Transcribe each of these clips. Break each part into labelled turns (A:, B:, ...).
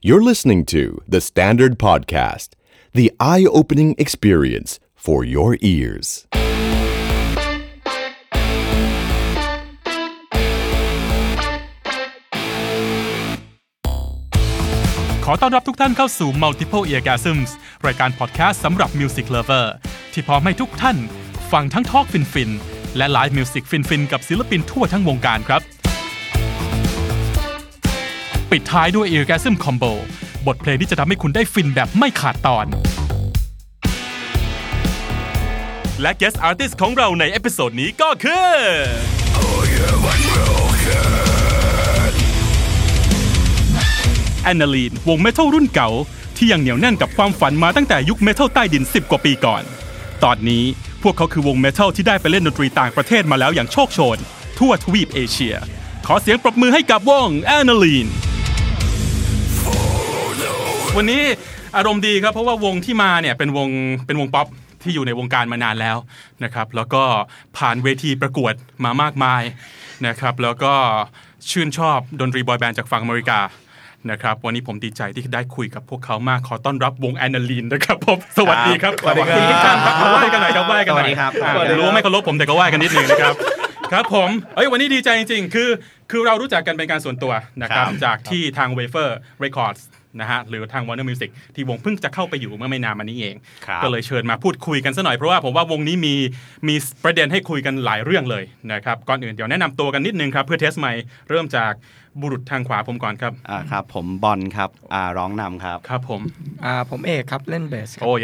A: You're listening to The Standard Podcast, the eye opening experience for your ears.
B: Podcast ขอต้อนรับทุกท่านเข้าสู่ Multiple Eargasms รายการพอดแคสต์สำหรับ Music Lover ที่พร้อมให้ทุกท่าน ฟังทั้งทอล์กฟิน ๆ และไลฟ์มิวสิกฟิน ๆ กับศิลปินทั่วทั้งวงการครับ ปิดท้ายด้วย Eargasm Combo บทเพลงที่จะทำให้คุณได้ฟินแบบไม่ขาดตอน และ Guest Artist ของเราในเอพิโซดนี้ก็คือ แอนนาลีนวงเมทัลรุ่นเก่า ที่ยังเหนียวแน่นกับความฝันมาตั้งแต่ยุคเมทัลใต้ดิน 10 กว่าปีก่อน ตอนนี้พวกเขาคือวงเมทัลที่ได้ไปเล่นดนตรีต่างประเทศมาแล้วอย่างโชคโชน ทั่วทวีปเอเชีย ขอเสียงปรบมือให้กับวงแอนนาลีน วันนี้อารมณ์ดีครับ เพราะว่าวงที่มาเนี่ยเป็นวงเป็นวงป๊อปที่อยู่ในวงการมานานแล้วนะครับ แล้วก็ผ่านเวทีประกวดมามากมายนะครับ แล้วก็ชื่นชอบดนตรีบอยแบนด์จากฝั่งอเมริกานะครับ วันนี้ผมดีใจที่ได้คุยกับพวกเขามากขอต้อนรับวงแอนนาลีนนะครับผมสวัสดีครับ
C: สวัสดีครับ
B: ทุกท่านครับไหว้กันหน่อยครับไหว้กันหน่อย
C: สวัสดีครับ
B: อ่า
C: สวัสดีครับ
B: รู้ว่าไม่เคารพผมแต่ก็ไหว้กันนิดหนึงนะครับ ครับผมเอ้ยวันนี้ดีใจจริงๆ คือ คือเรารู้จักกันเป็นการส่วนตัวนะครับ
C: ครับ
B: จากที่ทาง w a f e r Records นะฮะหรือทาง Warner Music ที่วงเพิ่งจะเข้าไปอยู่เมื่อไม่นานมานี้เอง
C: ครับ
B: ก็เลยเชิญมาพูดคุยกันซะหน่อย เพราะว่าผมว่าวงนี้มีมีประเด็นให้คุยกันหลายเรื่องเลยนะครับ ก่อนอื่นเดี๋ยวแนะนำตัวกันนิดนึงครับ เพื่อเทสใหม่เริ่มจากบุรุษทางขวาผมก่อนครับ
C: อ่าครับผมบอลครับอ่าร้องนำครับ
B: ครับผม
D: อ่าผมเอกครับเล่นเบสครับ
B: โอ้ย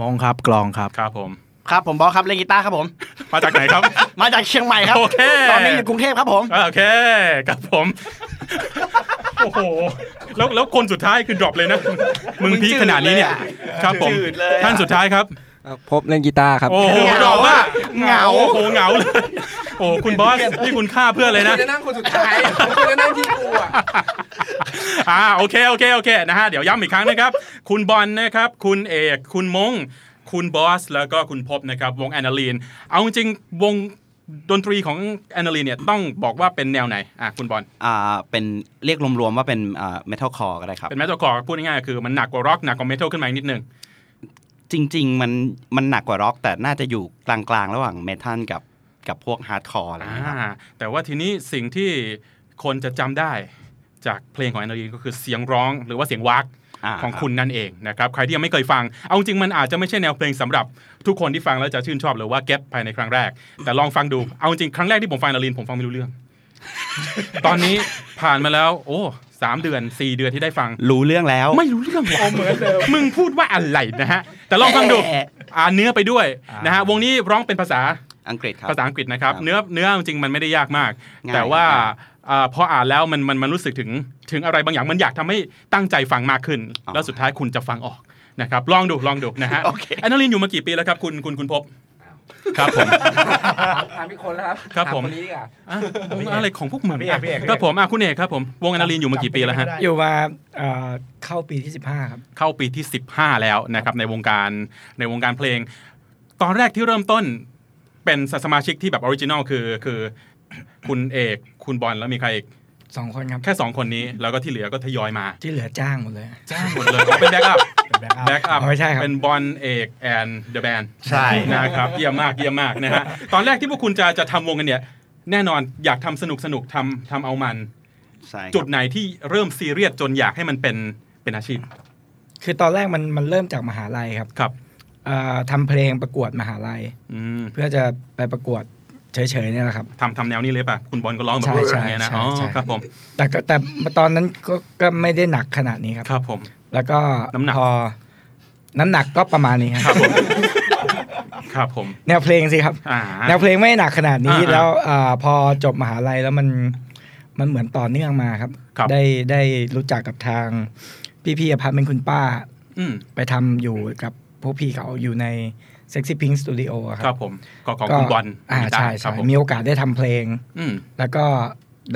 E: มองครับกลองครับ
B: ครับผม
F: ครับผมบอสครับเล่นกีตาร์ครับผม
B: มาจากไหนครับ
F: มาจากเชียงใหม่ครับ
B: โอเค
F: ตอนนี้อยู่กรุงเทพครับผม
B: อ่าโอเคครับผม โอ้โห แล้วแล้วคนสุดท้ายคือดรอปเลยนะ มึงพีคขนาดนี้เนี่ย ครับผม ท่านสุดท้ายครับ
D: อ่าพบเล่นกีตาร์ครับ
B: โอ้โหดรอปอะ
F: เหงา
B: โอ้โหเหงาเลย โอ้โหคุณบ อสนี่คุณฆ่าเพื่อนเลยนะ
E: จะนั่งคนสุดท้ายคุณจะนั่งที่กูอ่ะ
B: อ่าโอเคโอเคโอเคนะฮะเดี๋ยวย้ำอีกครั้งนะครับ คุณบอลนะครับ คุณเอกคุณมง คุณบอส แล้วก็คุณพบนะครับ วงแอนนาลีน เอาจริงๆวงดนตรีของแอนนาลีนเนี่ยต้องบอกว่าเป็นแนวไหนอ่ะคุณบอล
C: อ่าเป็นเรียกรวมๆว่าเป็นอ่าเมทัลคอร์ก็ได้ครับ
B: เป็นเมทัลคอร์พูดง่ายๆคือมันหนักกว่าร็อกหนักกว่าเมทัลขึ้นมาอีกนิดนึง
C: จริง ๆ มันมันหนักกว่าร็อก แต่น่าจะอยู่กลางๆ ระหว่างเมทัลกับกับพวกฮาร์ดคอร์อะไรอย่างเงี้ยครับ
B: อ่าแต่ว่าทีนี้สิ่งที่คนจะจำได้จากเพลงของแอนนาลีนก็คือเสียงร้องหรือว่าเสียงวัก
C: อ่า
B: ของคุณนั่นเองนะครับใครที่ยังไม่เคยฟัง เอาจริงมันอาจจะไม่ใช่แนวเพลงสำหรับทุกคนที่ฟังแล้วจะชื่นชอบหรือว่าเก็ตภายในครั้งแรก แต่ลองฟังดูเอาจริงครั้งแรกที่ผมฟังแอนนาลีนผมฟังไม่รู้ เรื่อง ตอนนี้ผ่านมาแล้ว โอ้สามเดือนสี่เดือนที่ได้ฟัง
C: รู้เรื่องแล้ว
B: ไม่รู้เรื่องว่ะเหมือนเดิมมึงพูดว่าอะไรนะฮะแต่ลองฟังดู
C: แอะ
B: อ่านเนื้อไปด้วยนะฮะวงนี้ร้องเป็นภาษา
C: อังกฤษครับ
B: ภาษาอังกฤษนะครับ
C: ครับ
B: เนื้อเนื้อจริงๆมันไม่ได้ยากมาก
C: ง่าย
B: แต่ว่า
C: ง่าย
B: อ่าพออ่านแล้วมันมันมันรู้สึกถึงถึงอะไรบางอย่างมันอยากทำให้ตั้งใจฟังมากขึ้น
C: อ๋อ
B: แล้วสุดท้ายคุณจะฟังออกนะครับลองดูลองดูนะฮะ
C: โอเค
B: แอนนาลินอยู่มากี่ปีแล้วครับคุณคุณคุณพบครับผม
E: ถามอีกคนแล้วครับ
B: ครับ
E: ถา
B: ผม
E: นนี้ดีกว่า
B: อ่ะอะไรของพวกมึง
E: พี่เอกพี่เอกพี่เอก
B: ครับผมอ่ะคุณเอกครับผมวงแอนนาลินอยู่มากี่ปีแล้วฮะ
D: อยู่มาเอ่อเข้าปีที่ 15 ครับ
B: เข้าปีที่ 15 แล้วนะครับในวงการในวงการเพลง ตอนแรกที่เริ่มต้นเป็นสมาชิกที่แบบออริจินอลคือคือคุณเอกคุณบอลแล้วมีใครอีก
D: 2 คนครับ
B: แค่ 2 คนนี้ แล้วก็ที่เหลือก็ทยอยมา
D: ที่เหลือจ้างหมดเลย
B: จ้างหมดเลยอ๋อเป็นแบ็ก อัพแบ็กอัพ
D: อ๋อไม่ใช่ครับ
B: เป็นบอลเอกแอนเดอะแบน
F: ใช่
B: นะครับเยี่ยมมากเยี่ยมมากนะฮะตอนแรกที่พวกคุณจะจะทำวงกันเนี่ย แน่นอนอยากทำสนุกสนุกทำทำเอามัน
C: ใช่ครับ
B: จุดไหนที่เริ่มซีเรียสจนอยากให้มันเป็นเป็นอาชีพ
D: คือตอนแรกมันมันเริ่มจากมหาลัยครับ
B: ครับ
D: เอ่อทำเพลงประกวดมหาลัย
B: อืม
D: เพื่อจะไปประกวดเฉยๆเนี่ยแหละครับ
B: ทำทำแนวนี้เลยป่ะ คุณบอลก็ร้องแบบ
D: ใช่ใช่
B: เงี้ยนะ
D: ใช่
B: อ๋อ
D: ใช่
B: ครับผม
D: แต่ก็แต่ตอนนั้นก็ก็ไม่ได้หนักขนาดนี้ครับ
B: ครับผม
D: แล้วก็
B: น้ำหนัก
D: พอน้ำหนักก็ประมาณนี้ครับ
B: ครับผม
D: แนวเพลงสิครับ
B: อ่า
D: แนวเพลงไม่หนักขนาดนี้
B: อ่าๆ
D: แล้วอาพอจบมหาลัยแล้วมันมันเหมือนต่อเนื่องมาครับ
B: ครับ
D: ได้ได้รู้จักกับทางพี่พี่อพาร์ตเมนต์คุณป้า
B: อืม
D: ไปทำอยู่กับพวกพี่เขาอยู่ใน Sexy Pink Studio อะ
B: ค
D: ค
B: รั
D: รั
B: บบ ผมก็ของ
D: ก็
B: คุณบอล
D: อ่าใช่
B: ครั
D: ใช่
B: บผม
D: มีโอกาสได้ทำเพลง
B: อืม
D: แล้วก็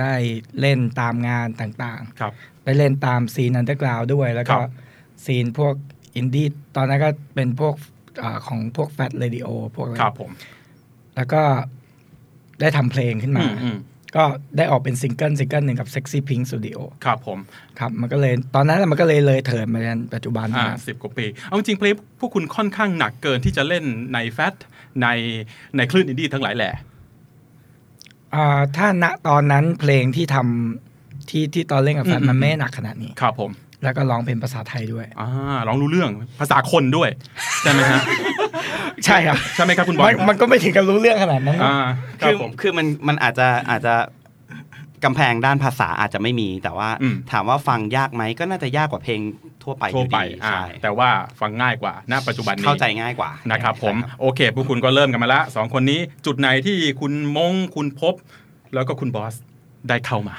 D: ได้เล่นตามงานต่าง
B: ครับ
D: ๆ ได้เล่นตามซีนอันเดอร์กราวด้วย แล้วก็
B: ครับ
D: ซีนพวกอินดี้ตอนนั้นก็เป็นพวกอาของพวกแฟตเรดิโอพวกอะไร
B: ครับผม
D: แล้วก็ได้ทำเพลงขึ้น
B: อื
D: มา
B: มอืม
D: ก็ได้ออกเป็นซิงเกิลซิงเกิลหนึ่งกับ Sexy Pink Studio
B: ครับผม
D: ครับมันก็เลยตอนนั้นน่ะมันก็เลยเลยเถิดมาจนปัจจุบัน
B: อ่า
D: มา
B: สิบกว่าปี เอาจริงเพลงพวกคุณค่อนข้างหนักเกินที่จะเล่นในแฟตในในคลื่นอินดี้ทั้งหลายแหละ
D: อ่าถ้าณตอนนั้นเพลงที่ทำที่ที่ตอนเล่นกับแฟน
B: อืม
D: มันไม่หนักขนาดนี้
B: ครับผม
D: แล้วก็ร้องเป็นภาษาไทยด้วย
B: อ่าร้องรู้เรื่องภาษาคนด้วย ใช่ไหมฮะ
D: ใช่ครับ
B: ใช่ไหมครับคุณบอ
D: มัน
B: ล
D: มันก็ไม่ถึงกับรู้เรื่องขนาดนั้น
B: อ่าครั
C: คื
B: บ
C: อ
B: ผม
C: คือมันมันอาจจะอาจจะกำแพงด้านภาษาอาจจะไม่มี แต่ว่า
B: อืม
C: ถามว่าฟังยากไหมก็น่าจะยากกว่าเพลงทั่วไปอ
B: ทั่ว
C: ยู่
B: ไป
C: ดี
B: อ่า
C: ใช่
B: แต่ว่าฟังง่ายกว่าณปัจจุบันนี้
C: เข้าใจง่ายกว่า
B: นะ
C: นะครับ
B: ผมโอเคพวกคุณก็เริ่มกันมาละสองคนนี้จุดไหนที่คุณมงคุณพบ แล้วก็คุณบอสได้เข้ามา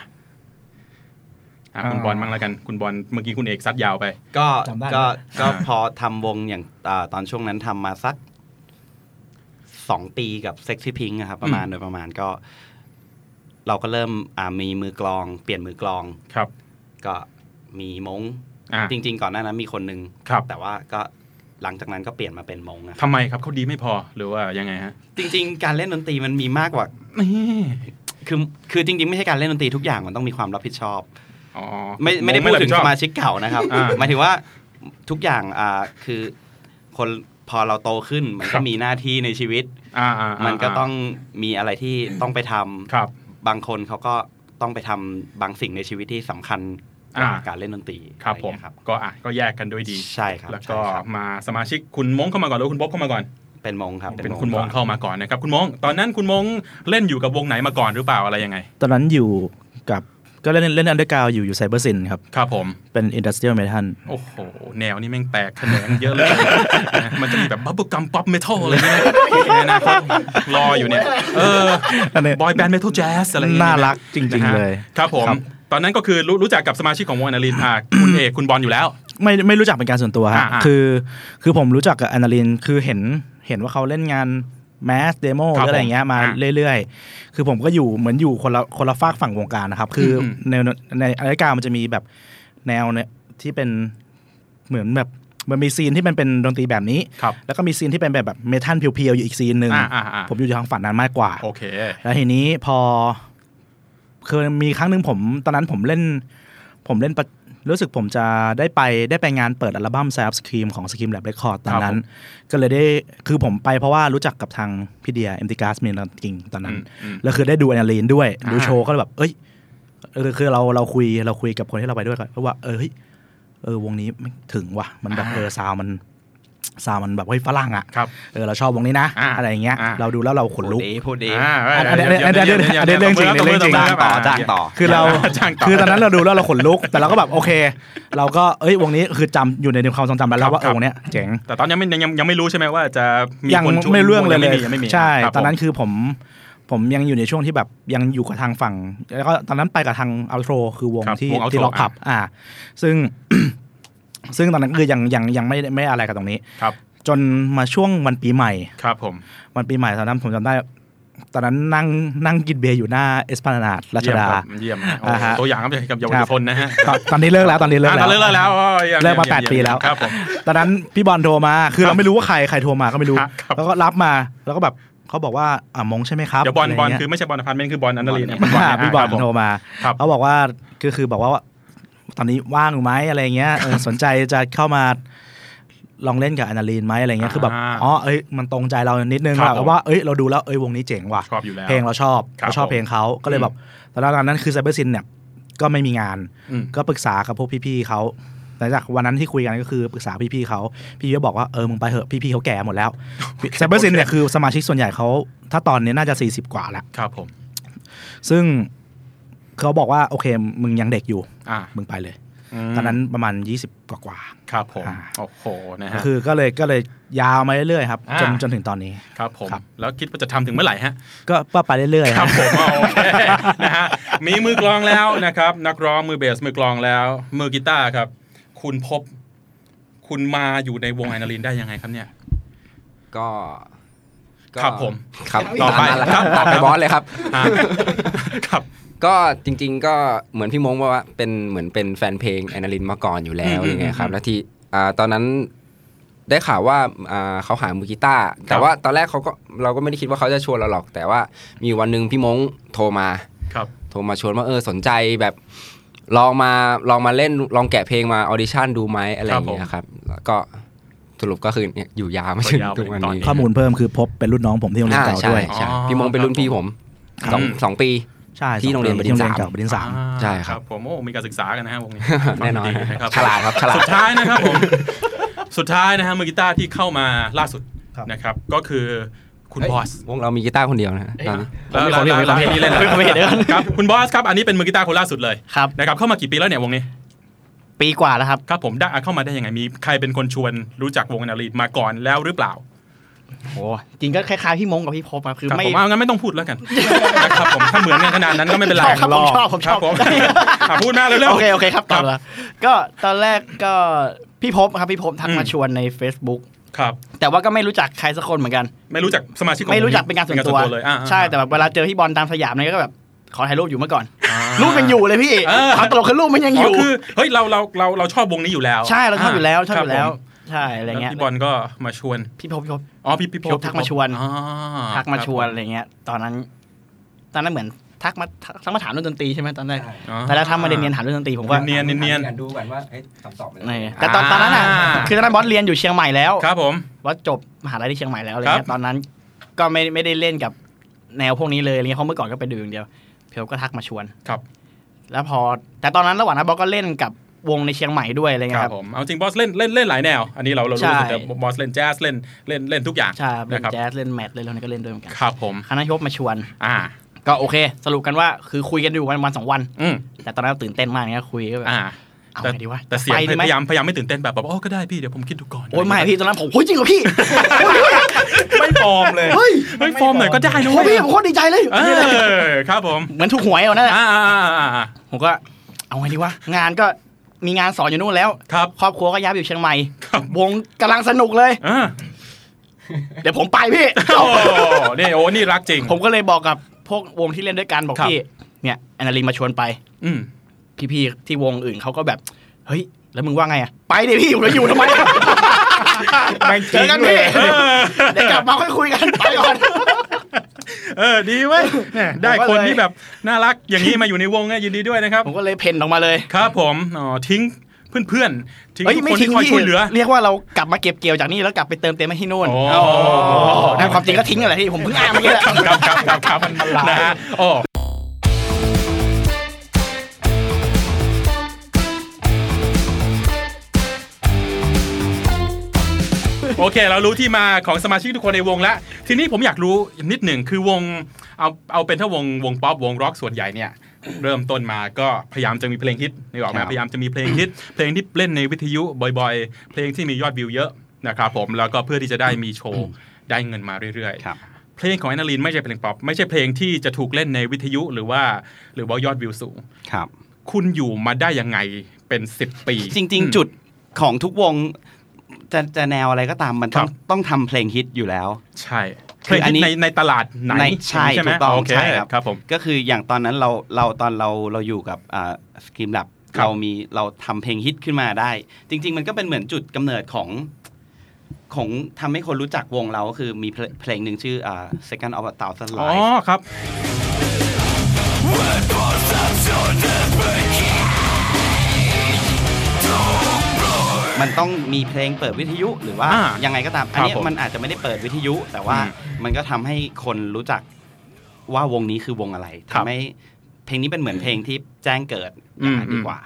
B: อ่ะคุณบอลบ้างแล้วกันคุณบอลเมื่อกี้คุณเอกซัดยาวไป
C: ก็
D: จำได้
C: ก็
D: แล้ว
C: ก็
B: อ่า
C: พอทำวงอย่างอ่าตอนช่วงนั้นทำมาสักสองปีกับเซ็กซี่พิงครับ ประมาณโดยประมาณก็ เราก็เริ่มอ่ามีมือกลอง เปลี่ยนมือกลอง
B: ครับ
C: ก็มีมง
B: อ่ะ
C: จริง ๆ ก่อนหน้านั้นมีคนหนึ่ง
B: ครับ
C: แต่ว่าก็หลังจากนั้นก็เปลี่ยนมาเป็นมงนะครับ
B: ทำไมครับเขาดีไม่พอหรือว่ายังไงฮะ
C: จริง ๆ การเล่นดนตรีมันมีมากกว่า
B: นี่
C: คือคือจริง ๆ ไม่ใช่การเล่นดนตรีทุกอย่างมันต้องมีความรับผิดชอบ
B: อ๋อ
C: ไม่ไม่ได้
B: ง
C: พูด
B: รับ
C: ถึง
B: ผิ
C: ส
B: อบ
C: มาชิกเก่านะครับ
B: อ่า
C: หมายถึงว่าทุกอย่างอ่าคือคนพอเราโตขึ้นมัน
B: ครั
C: ก็
B: บ
C: มีหน้าที่ในชีวิต
B: อ่าอ่าอ่า
C: มันก็ต้องมีอะไรที่ต้องไปทำ
B: ครับ
C: บางคนเขาก็ต้องไปทำบางสิ่งในชีวิตที่สำคัญกว่า
B: อ่า
C: การเล่นดนตรี
B: ครับ
C: อะ
B: ผ
C: ไอ
B: ม
C: ย่างเงี้ยครับ
B: ก็อ่ะก็แยกกันด้วยดี
C: ใช่ครับ
B: แล้วก็
C: ใช่ครับ
B: มาสมาชิกคุณมงเข้ามาก่อนหรือว่าคุณบ๊อบเข้ามาก่อน
C: เป็นมงครับ
B: เป็นคุณมงเข้ามาก่อนนะครับคุณมงตอนนั้นคุณมงเล่นอยู่กับวงไหนมาก่อนหรือเปล่าอะไรยังไง
G: ตอนนั้นอยู่กับก็เล่นเล่นอันเดอร์กราวอยู่อยู่ไซเบอร์ซินครับ
B: ครับผม
G: เป็นอินดัสเทรียลเมทัล
B: โอ้โห แนวนี้แม่งแตกแขนงเยอะเลย นะมันจะมีแบบบับเบิ g ลกัมป๊อปเมทัลอะไรเงี้ยนะ ในอนาคตรออยู่เนี่ย เออ บอยแบนด์เมทัลแจ๊สอะไรเงี้ยะ
G: น่ารักจริง
B: นะ
G: ๆ
B: ฮะ
G: เลย
B: ครับผม
G: ครับ
B: ตอนนั้นก็คือรู้รู้จักกับสมาชิกของวงอนาลินอ่ะ คุณเอกคุณบอลอยู่แล้ว
G: ไม่ไม่รู้จักเป็นการส่วนตัวฮะ
B: อ่าๆ
G: คือคือผมรู้จักกับอนาลินคือเห็นเห็นว่าเขาเล่นงานแมสเดโมห
B: ครั
G: รื
B: บ
G: ออะไรอย่างเงี้ยมา
B: ผมอ่า
G: เรื่อยๆ คือผมก็อยู่เหมือนอยู่คนละคนละฝากฝั่งวงการนะครับ คืออ
B: ม
G: ในในอเมริกามันจะมีแบบแนวเนี่ยที่เป็นเหมือนแบบมันมีซีนที่มันเป็นดนตรีแบบนี้
B: ครับ
G: แล้วก็มีซีนที่เป็นแบบแบบเมทัลเพียวๆอยู่อีกซีนหนึ่ง
B: อ่าๆๆ
G: ผมอยู่ทางฝั่งนั้นมากกว่า
B: โอเค
G: แล้วทีนี้พอเคยมีครั้งหนึ่งผม ตอนนั้นผมเล่น ผมเล่นประรู้สึกผมจะได้ไปได้ไปงานเปิดอัลบั้มแซฟสครีมของสครีมแลบเรคคอร์ดตอนนั้น ก็เลยได้คือผมไปเพราะว่ารู้จักกับทางพี่เดียเอ็มติกาสเมนจริงตอนนั้น
B: อืมอืม
G: แล้วคือได้ดูแอนลีนด้วย
B: อ่า
G: ดูโชว์ก็เลยแบบ เอ้ยเออคือเราเราคุยเราคุยกับคนที่เราไปด้วยกันว่าเออเฮ้ยเออวงนี้แม่งถึงว่ะมันแบบเออซาวมันซาวมันแบบเฮ้ยฝรั่งอ่ะ
B: ครับ
G: เออเราชอบวงนี้นะ
B: อ่า
G: อะไรอย่างเงี้ย
B: อ่า
G: เราดูแล้วเราขน
C: พู
G: ลุ
C: ด
G: ก
C: ดีพูดดี
B: อ่า
G: อันนี้อันนี้อันนี้อันนี้เรื่องจริงเรื่องจริง
C: จ้างต่อจ้างต่อ
G: คือเรา
B: จ้างต่อ
G: คือตอนนั้นเราดูแล้วเราขนลุก แต่เราก็แบบโอเค เราก็เอ้ยวงนี้คือจำอยู่ในความทรงจำแล้วว่า
B: ครั
G: เอบ อวงเนี้ยเจ๋ง
B: แต่ตอนยังไม่ยังยังไม่รู้ใช่ไหมว่าจะมี
G: ยัง
B: คนชวน
G: ไม่เรื่องเลย
B: ง
G: เล
B: ไม่
G: ย
B: มียังไม่มี
G: ใช่
B: ครับ
G: ตอนนั้น
B: ผม
G: คือผมผมยังอยู่ในช่วงที่แบบยังอยู่กับทางฝั่ง แล้วก็ตอนนั้นไปกับทางอัลโทรคือวง
B: ครับ
G: ที่
B: วง Outlaw
G: ที่ล็อกผับอ่า ซึ่ง ซึ่งตอนนั้นคือยังยังยังไม่ไม่อะไรกับตรงนี้
B: ครับ
G: จนมาช่วงวันปีใหม่
B: ครับผม
G: วันปีใหม่ตอนนั้นผมจำได้ ตอนนั้นนั่งนั่งกินเบียร์อยู่หน้าเอสพลานาดรัช
B: เยี่ยม
G: ดา
B: ครับเยี่ยมฮะโอ้โห
G: อ่าฮะ
B: ตัวอย่างครับกับเยาวชนนะฮะ
G: ตอนตอนนี้เลิกแล้วตอนนี้เลิก
B: อ่ะ
G: แล้ว
B: เลิกแล้วอ๋อเยี่ย
G: เลิกมา
B: เยี่ย
G: 8ปีแล้ว
B: ครับผม
G: ตอนนั้นพี่บอลโทรมาคือเราไม่รู้ว่าใครใครโทรมาก็ไม่รู้
B: ครับครับ
G: แล้วก็รับมาแล้วก็แบบเขาบอกว่าอ่ามงใช่ไหมครับ
B: เดี๋ยวบอลบอล
G: ะไรเงี้ย
B: คือไม่ใช่บอลอพาร์ตเมนต์คือบอลอันดาลีน
G: อ่าพี่บอล
B: ครับผม
G: โทรมา
B: ครับ
G: เขาบอกว่าคือคือบอกว่าตอนนี้ว่างอยู่ไหมอะไรเงี้ยเออสนใจจะเข้ามาลองเล่นกับอนาลีนไหมอะไรเงี้ยคือแบบ
B: อ่า
G: อ๋อเอ้ยมันตรงใจเรานิดนึง
B: ครับ
G: แบบ
B: ผม
G: ว่าเอ้ยเราดูแล้วเอ้ยวงนี้เจ๋งว่ะ
B: ชอบอยู่แล้ว
G: เพลงเราชอบ
B: ครับ
G: เราชอบ
B: ผม
G: เพลงเขาก็เลยแบบตอนนั้นนั้นคือไซเบอร์ซินเนี่ยก็ไม่มีงาน
B: อืม
G: ก็ปรึกษากับพวกพี่ๆเขา หลังจากวันนั้นที่คุยกันก็คือปรึกษาพี่ๆเขา พี่ก็บอกว่าเออมึงไปเหอะพี่ๆเขาแก่หมด แล้วไซเบอร์ซินเนี่ยคือสมาชิกส่วนใหญ่เขาถ้าตอนนี้น่าจะ 40 กว่าแล้ว
B: ครับผม
G: ซึ่งเขาบอกว่าโอเคมึงยังเด็กอยู่
B: อ่า
G: มึงไปเลย ตอนนั้นประมาณ 20 กว่ากว่า
B: ครับผม
G: อ่า
B: โอ้โหนะ
G: ก็
B: ฮะ
G: คือก็เลยก็เลยยาวมาเรื่อยๆครับ
B: อ่า
G: จนจนถึงตอนนี้
B: ครับผม
G: ครับ
B: แล้วคิดว่าจะทำถึงเมื่อไหร่ฮะ
G: ก็ก็ไปเรื่อย
B: ค
G: ๆค
B: รั
G: รั
B: บบ ผมเอาโอเค นะฮะมีมือกลองแล้วนะครับ นักร้องมือเบสมือกลองแล้ว มือกีตาร์ครับ คุณพบ คุณมาอยู่ในวงไอนาลินได้ยังไงครับเนี่ย
H: ก็ก็
B: ครับผม
H: ครับ
B: ต่อไป
H: ามนั้นแหละ
B: ครับต่อไป
H: ไปบอสเลยครับ
B: อ่า ครับ
H: ก็จริง ๆ ก็เหมือนพี่มงบอกว่าเป็นเหมือนเป็นแฟนเพลงแอนนาลินมาก่อนอยู่แล้
B: อืม
H: วอะไรเงี้ยครั
B: อื
H: บ
B: ม
H: แล้วที่อ่าตอนนั้นได้ข่าวว่าอ่าเขาหามือกีตาร์แต่ว่าตอนแรกเขาก็เราก็ไม่ได้คิดว่าเขาจะชวนเราหรอก แต่ว่ามีวันหนึ่งพี่มงโทรมา
B: ครับ
H: โทรมาชวนว่าเออสนใจแบบลองมาลองมาเล่นลองแกะเพลงมาออดิชั่นดูไหมอะไรอย่างเงี้ยครับแล้วก็สรุปก็คือเนี่ยอยู่ยาวมาถึง
B: ก็ยาวไป
H: ทุกวัน
B: ตอนนี้
H: นี้
G: ข้อมูลเพิ่มคือพบเป็นรุ่นน้องผมที่โรงเรียน
H: อ่า
G: เก่า
H: ใช่
G: ด้วย
H: ใช่
B: อ๋อ
H: พี่มงเป็นรุ่นพี่ผมสอง
B: อืม
H: สองปี
G: ใช่
H: ที่โรงเรียนบดินทร์
G: ที่โรงเรียน
H: สาม
G: เก่าบดินทร์สาม
B: อ่
H: ใช่ครับ
B: ผมโอ้มีการศึกษากันนะฮะวงนี้
H: แน่นอน
B: ฟังดีนะครับ
H: ฉลาดครับฉลาด
B: สุดท้ายนะครับผม สุดท้ายนะฮะมือกีตาร์ที่เข้ามาล่าสุด
G: ครับ
B: นะครับ ก็คือคุณ
H: เฮ้ย
B: บอส
H: วงเรามีกีตาร์คนเดียวนะฮะตอนนี้
B: แล้ว
F: ผมเห็นผม
B: แล้วแล้วที่เล่น
F: เห็นผมเห็นผมเห็นผมเห็นเดี๋ยวก่อน
B: ครับคุณบอสครับ อันนี้เป็นมือกีตาร์คนล่าสุดเลย
F: ครับ
B: นะครับเข้ามากี่ปีแล้วเนี่ยวงนี้
F: ปีกว่าแล้วครับ
B: ครับผมได้เข้ามาได้ยังไงมีใครเป็นคนชวนรู้จักวงนารีมาก่อนแล้วหรือเปล่า
F: โอ้จริงก็คล้ายๆพี่มงกับพี่พบครับคือ
B: ครับ
F: ไม่
B: ผมเอางั้นไม่ต้องพูดแล้วกัน นะครับผมถ้าเหมือนกันขนาดนั้นก็ไม่เป็นไร
F: ช อบครับผมชอบผมชอบ
B: ครัผม อ่ะพูดมาเร็วๆ
F: โอเคโอเคครับตอบ
B: ครับ
F: แล้วก็ตอนแรกก็พี่พบครับพี่พบทักมา
B: อืม
F: ชวนใน Facebook
B: ครับ
F: แต่ว่าก็ไม่รู้จักใครสักคนเหมือนกัน
B: ไม่รู้จักสมาชิกของ
F: ไม่รู้
B: วง
F: จักเป็นการส่วนตัว
B: เลยอ่า
F: ใช่แต่แบบเวลาเจอพี่บอลตามสยามเนี่ยก็แบบขอถ่ายรูปอยู่เมื่อก่อน
B: อ่า
F: รูปยังอยู่เลยพี่
B: เออ
F: ความตลกคือรูปมันยัง
B: อ๋
F: อ
B: อยู่ คือเฮ้ยเราเราเราเราชอบวงนี้อยู่แล้ว
F: ใช่เราชอบอยู่แล้วชอบอยู่แล้ว
B: ครับผม
F: ใช่อะไรเงี้ย
B: แล้วพี่บอลก็มาชวน
F: พี่พบพี่พบ
B: อ๋อ พี่พี่พ
F: พี่พบทักมาชวน
B: อ๋อ
F: ทักมาชวน
B: ครับ
F: อะไรเงี้ย ตอนนั้น ตอนนั้นเหมือนทักมาทักทักมาถามเรื่องดนตรีใช่ไหมตอนแรก
B: อ๋อ
F: แต่แล้วทักมาเรียนเรียนถามเรื่องดนตรีผมก็
B: เนียนเนียน
E: ถามดูก่อนว่าเอ๊ะคำตอบมันอะไร
F: นี่แต่ตอนตอนนั้นอ่ะ
B: อ่า
F: คือตอนนั้นบอสเรียนอยู่เชียงใหม่แล้ว
B: ครับผม
F: บอสจบมหาลัยที่เชียงใหม่แล้วอะไร
B: ครั
F: เงี้
B: บ
F: ยตอนนั้น ก็ไม่ไม่ได้เล่นกับแนวพวกนี้เลยอะไรเงี้ยเขาะเมื่อก่อนก็ไปดูอย่างเดียวพี่พบก็ทักมาชวน
B: ครับ
F: แล้วพอ แต่ตอนนั้นระหว่างนั้นบอสก็เล่นกับวงในเชียงใหม่ด้วยอะไรเงี้
B: ค
F: ยค
B: รั
F: รั
B: บบ ผมเอาจริงบอสเล่นเล่นเล่นหลายแนว อันนี้เราเรารู้
F: ใช่
B: แต่บอสเล่นแจ๊สเล่นเล่นเล่นทุกอย่าง
F: ใช่ครับเล่น
B: นะครับ
F: แจ๊สเล่นแมทเล่นอะไรก็เล่นด้วยเหมือนกัน
B: ครับผม
F: คณะพี่พบมาชวน
B: อ่า
F: ก็โอเค สรุปกันว่าคือคุยกันอยู่วันวันสองวัน
B: อืม
F: แต่ตอนนั้นตื่นเต้นมากเนี่ยคุยก็แบบ
B: อ่า
F: เอาไงดีวะ
B: แต่เสียง
F: ไปดีไหม
B: พยายามพยายามไม่ตื่นเต้นแบบแบบอ๋อก็ได้พี่เดี๋ยวผมคิดดูก่อน
F: โอ้ยไม่พี่ตอนนั้นผมโอ้ยจริงเหรอพี่
B: ไม่ฟอร์มเลย
F: เฮ้ย
B: ไม่ฟอร์มหน่อยก็ได้นะ
F: โอ้ย
B: เว้ย
F: พี่ผมโคตรดีใจเลย
B: เออครับผม
F: เหมือนถูกหวยเอานั่นแหละ
B: อ่าอ่าอ่าอ่าอ่า
F: ผมก็เอาไงดีวะงานก็มีงานสอนอยู่นู่นแล้ว
B: ครับ
F: ครอบครัวก็ย้ายไปอยู่เชียงใหม่
B: ครับ
F: วงกำลังสนุกเลย
B: อ่า
F: เดี๋ยวผมไป พี่
B: โอ้นี่โอ้นี่รักจริง
F: ผมก็เลยบอกกับพวกวงที่เล่นด้วยกันบอก
B: ครับ
F: พี่เนี่ยแอนนาลีมาชวนไป
B: อืม
F: พี่ๆที่วงอื่นเขาก็แบบเฮ้ยแล้วมึงว่าไงอะไปดิพี่ผมจะอยู่ทำไมอะ เจอกันพี่เดี๋ยวกลับมาค่อยคุยกันไปก่อน
B: เออดีเว้ยแหม่ได้
F: ผม
B: ค
F: ก็
B: น
F: เลย
B: ที่แบบน่ารักอย่างนี้มาอยู่ในวงเนี่ยยินดีด้วยนะครับ
F: ผมก็เลยเพ่นออกมาเลย
B: ครับผมอ๋อทิ้งเพื่อนๆ ทิ้ง
F: เอ้ย
B: ทุก
F: ไม่
B: คน
F: ทิ้
B: ที่
F: ง
B: คอย
F: พี่
B: ช่วยเหลือ
F: เรียกว่าเรากลับมาเก็บเกี่ยวจากนี่แล้วกลับไปเติมเต็มให้ที่นู่น
B: โอ้
F: นั่นความจริงก็ทิ้งอะไรที่ผมเพิ่งอ่านเมื่อกี้แหละ
B: ครับครับครับครับนะฮะโอ้โอเค เรารู้ที่มาของสมาชิกทุกคนในวงแล้ว ทีนี้ผมอยากรู้นิดหนึ่งคือวงเอาเอาเป็นถ้าวงวงป๊อปวงร็อกส่วนใหญ่เนี่ย เริ่มต้นมาก็พยายามจะมีเพลงฮิตนึกออกไหม
H: ครับ
B: พยายามจะมีเพลงฮิต เพลงที่เล่นในวิทยุบ่อยๆ เพลงที่มียอดวิวเยอะนะครับผมแล้วก็เพื่อที่จะได้มีโชว์ได้เงินมาเรื่อยๆ
C: ครับ
B: เพลงของแอนนาลินไม่ใช่เพลงป๊อปไม่ใช่เพลงที่จะถูกเล่นในวิทยุหรือว่า หรือว่ายอดวิวสูง
C: ครับ
B: คุณอยู่มาได้ยังไงเป็นสิบปี
C: จริง
B: อืม
C: ๆ จุดของทุกวงจะจะแนวอะไรก็ตามมันต้
B: ค
C: อง
B: รับ
C: ต้องทำเพลงฮิตอยู่แล้ว
B: ใช่เพ
C: คื
B: ลง
C: ออันนี้
B: ในในตลาดไหน
C: ในใช่
B: ไหม
C: ถูกต้อง
B: โอเค
C: ใช่ครับ
B: ครับผม
C: ก็คืออย่างตอนนั้นเราเราตอนเราเราอยู่กับอ่าสกีมดับ
B: ครับ
C: เรามีเราทำเพลงฮิตขึ้นมาได้ จริง ๆ มันก็เป็นเหมือนจุดกำเนิดของของทำให้คนรู้จักวงเราก็คือมีเพลงเพลงหนึ่งชื่ออ่า Second of a Thousand
B: ๋อ
C: Lives
B: ครับ
C: มันต้องมีเพลงเปิดวิทยุหรือว่า
B: อ่ายั
C: ยังไงก็ตาม อันเนี้
B: ครั
C: ย
B: บผม
C: มันอาจจะไม่ได้เปิดวิทยุ แต่ว่า
B: อืม
C: มันก็ทำให้คนรู้จักว่าวงนี้คือวงอะไร
B: ครั
C: ทำ
B: บ
C: ให้เพลงนี้เป็นเหมือนเพลงที่แจ้งเกิด
B: อืม
C: ดีกว่า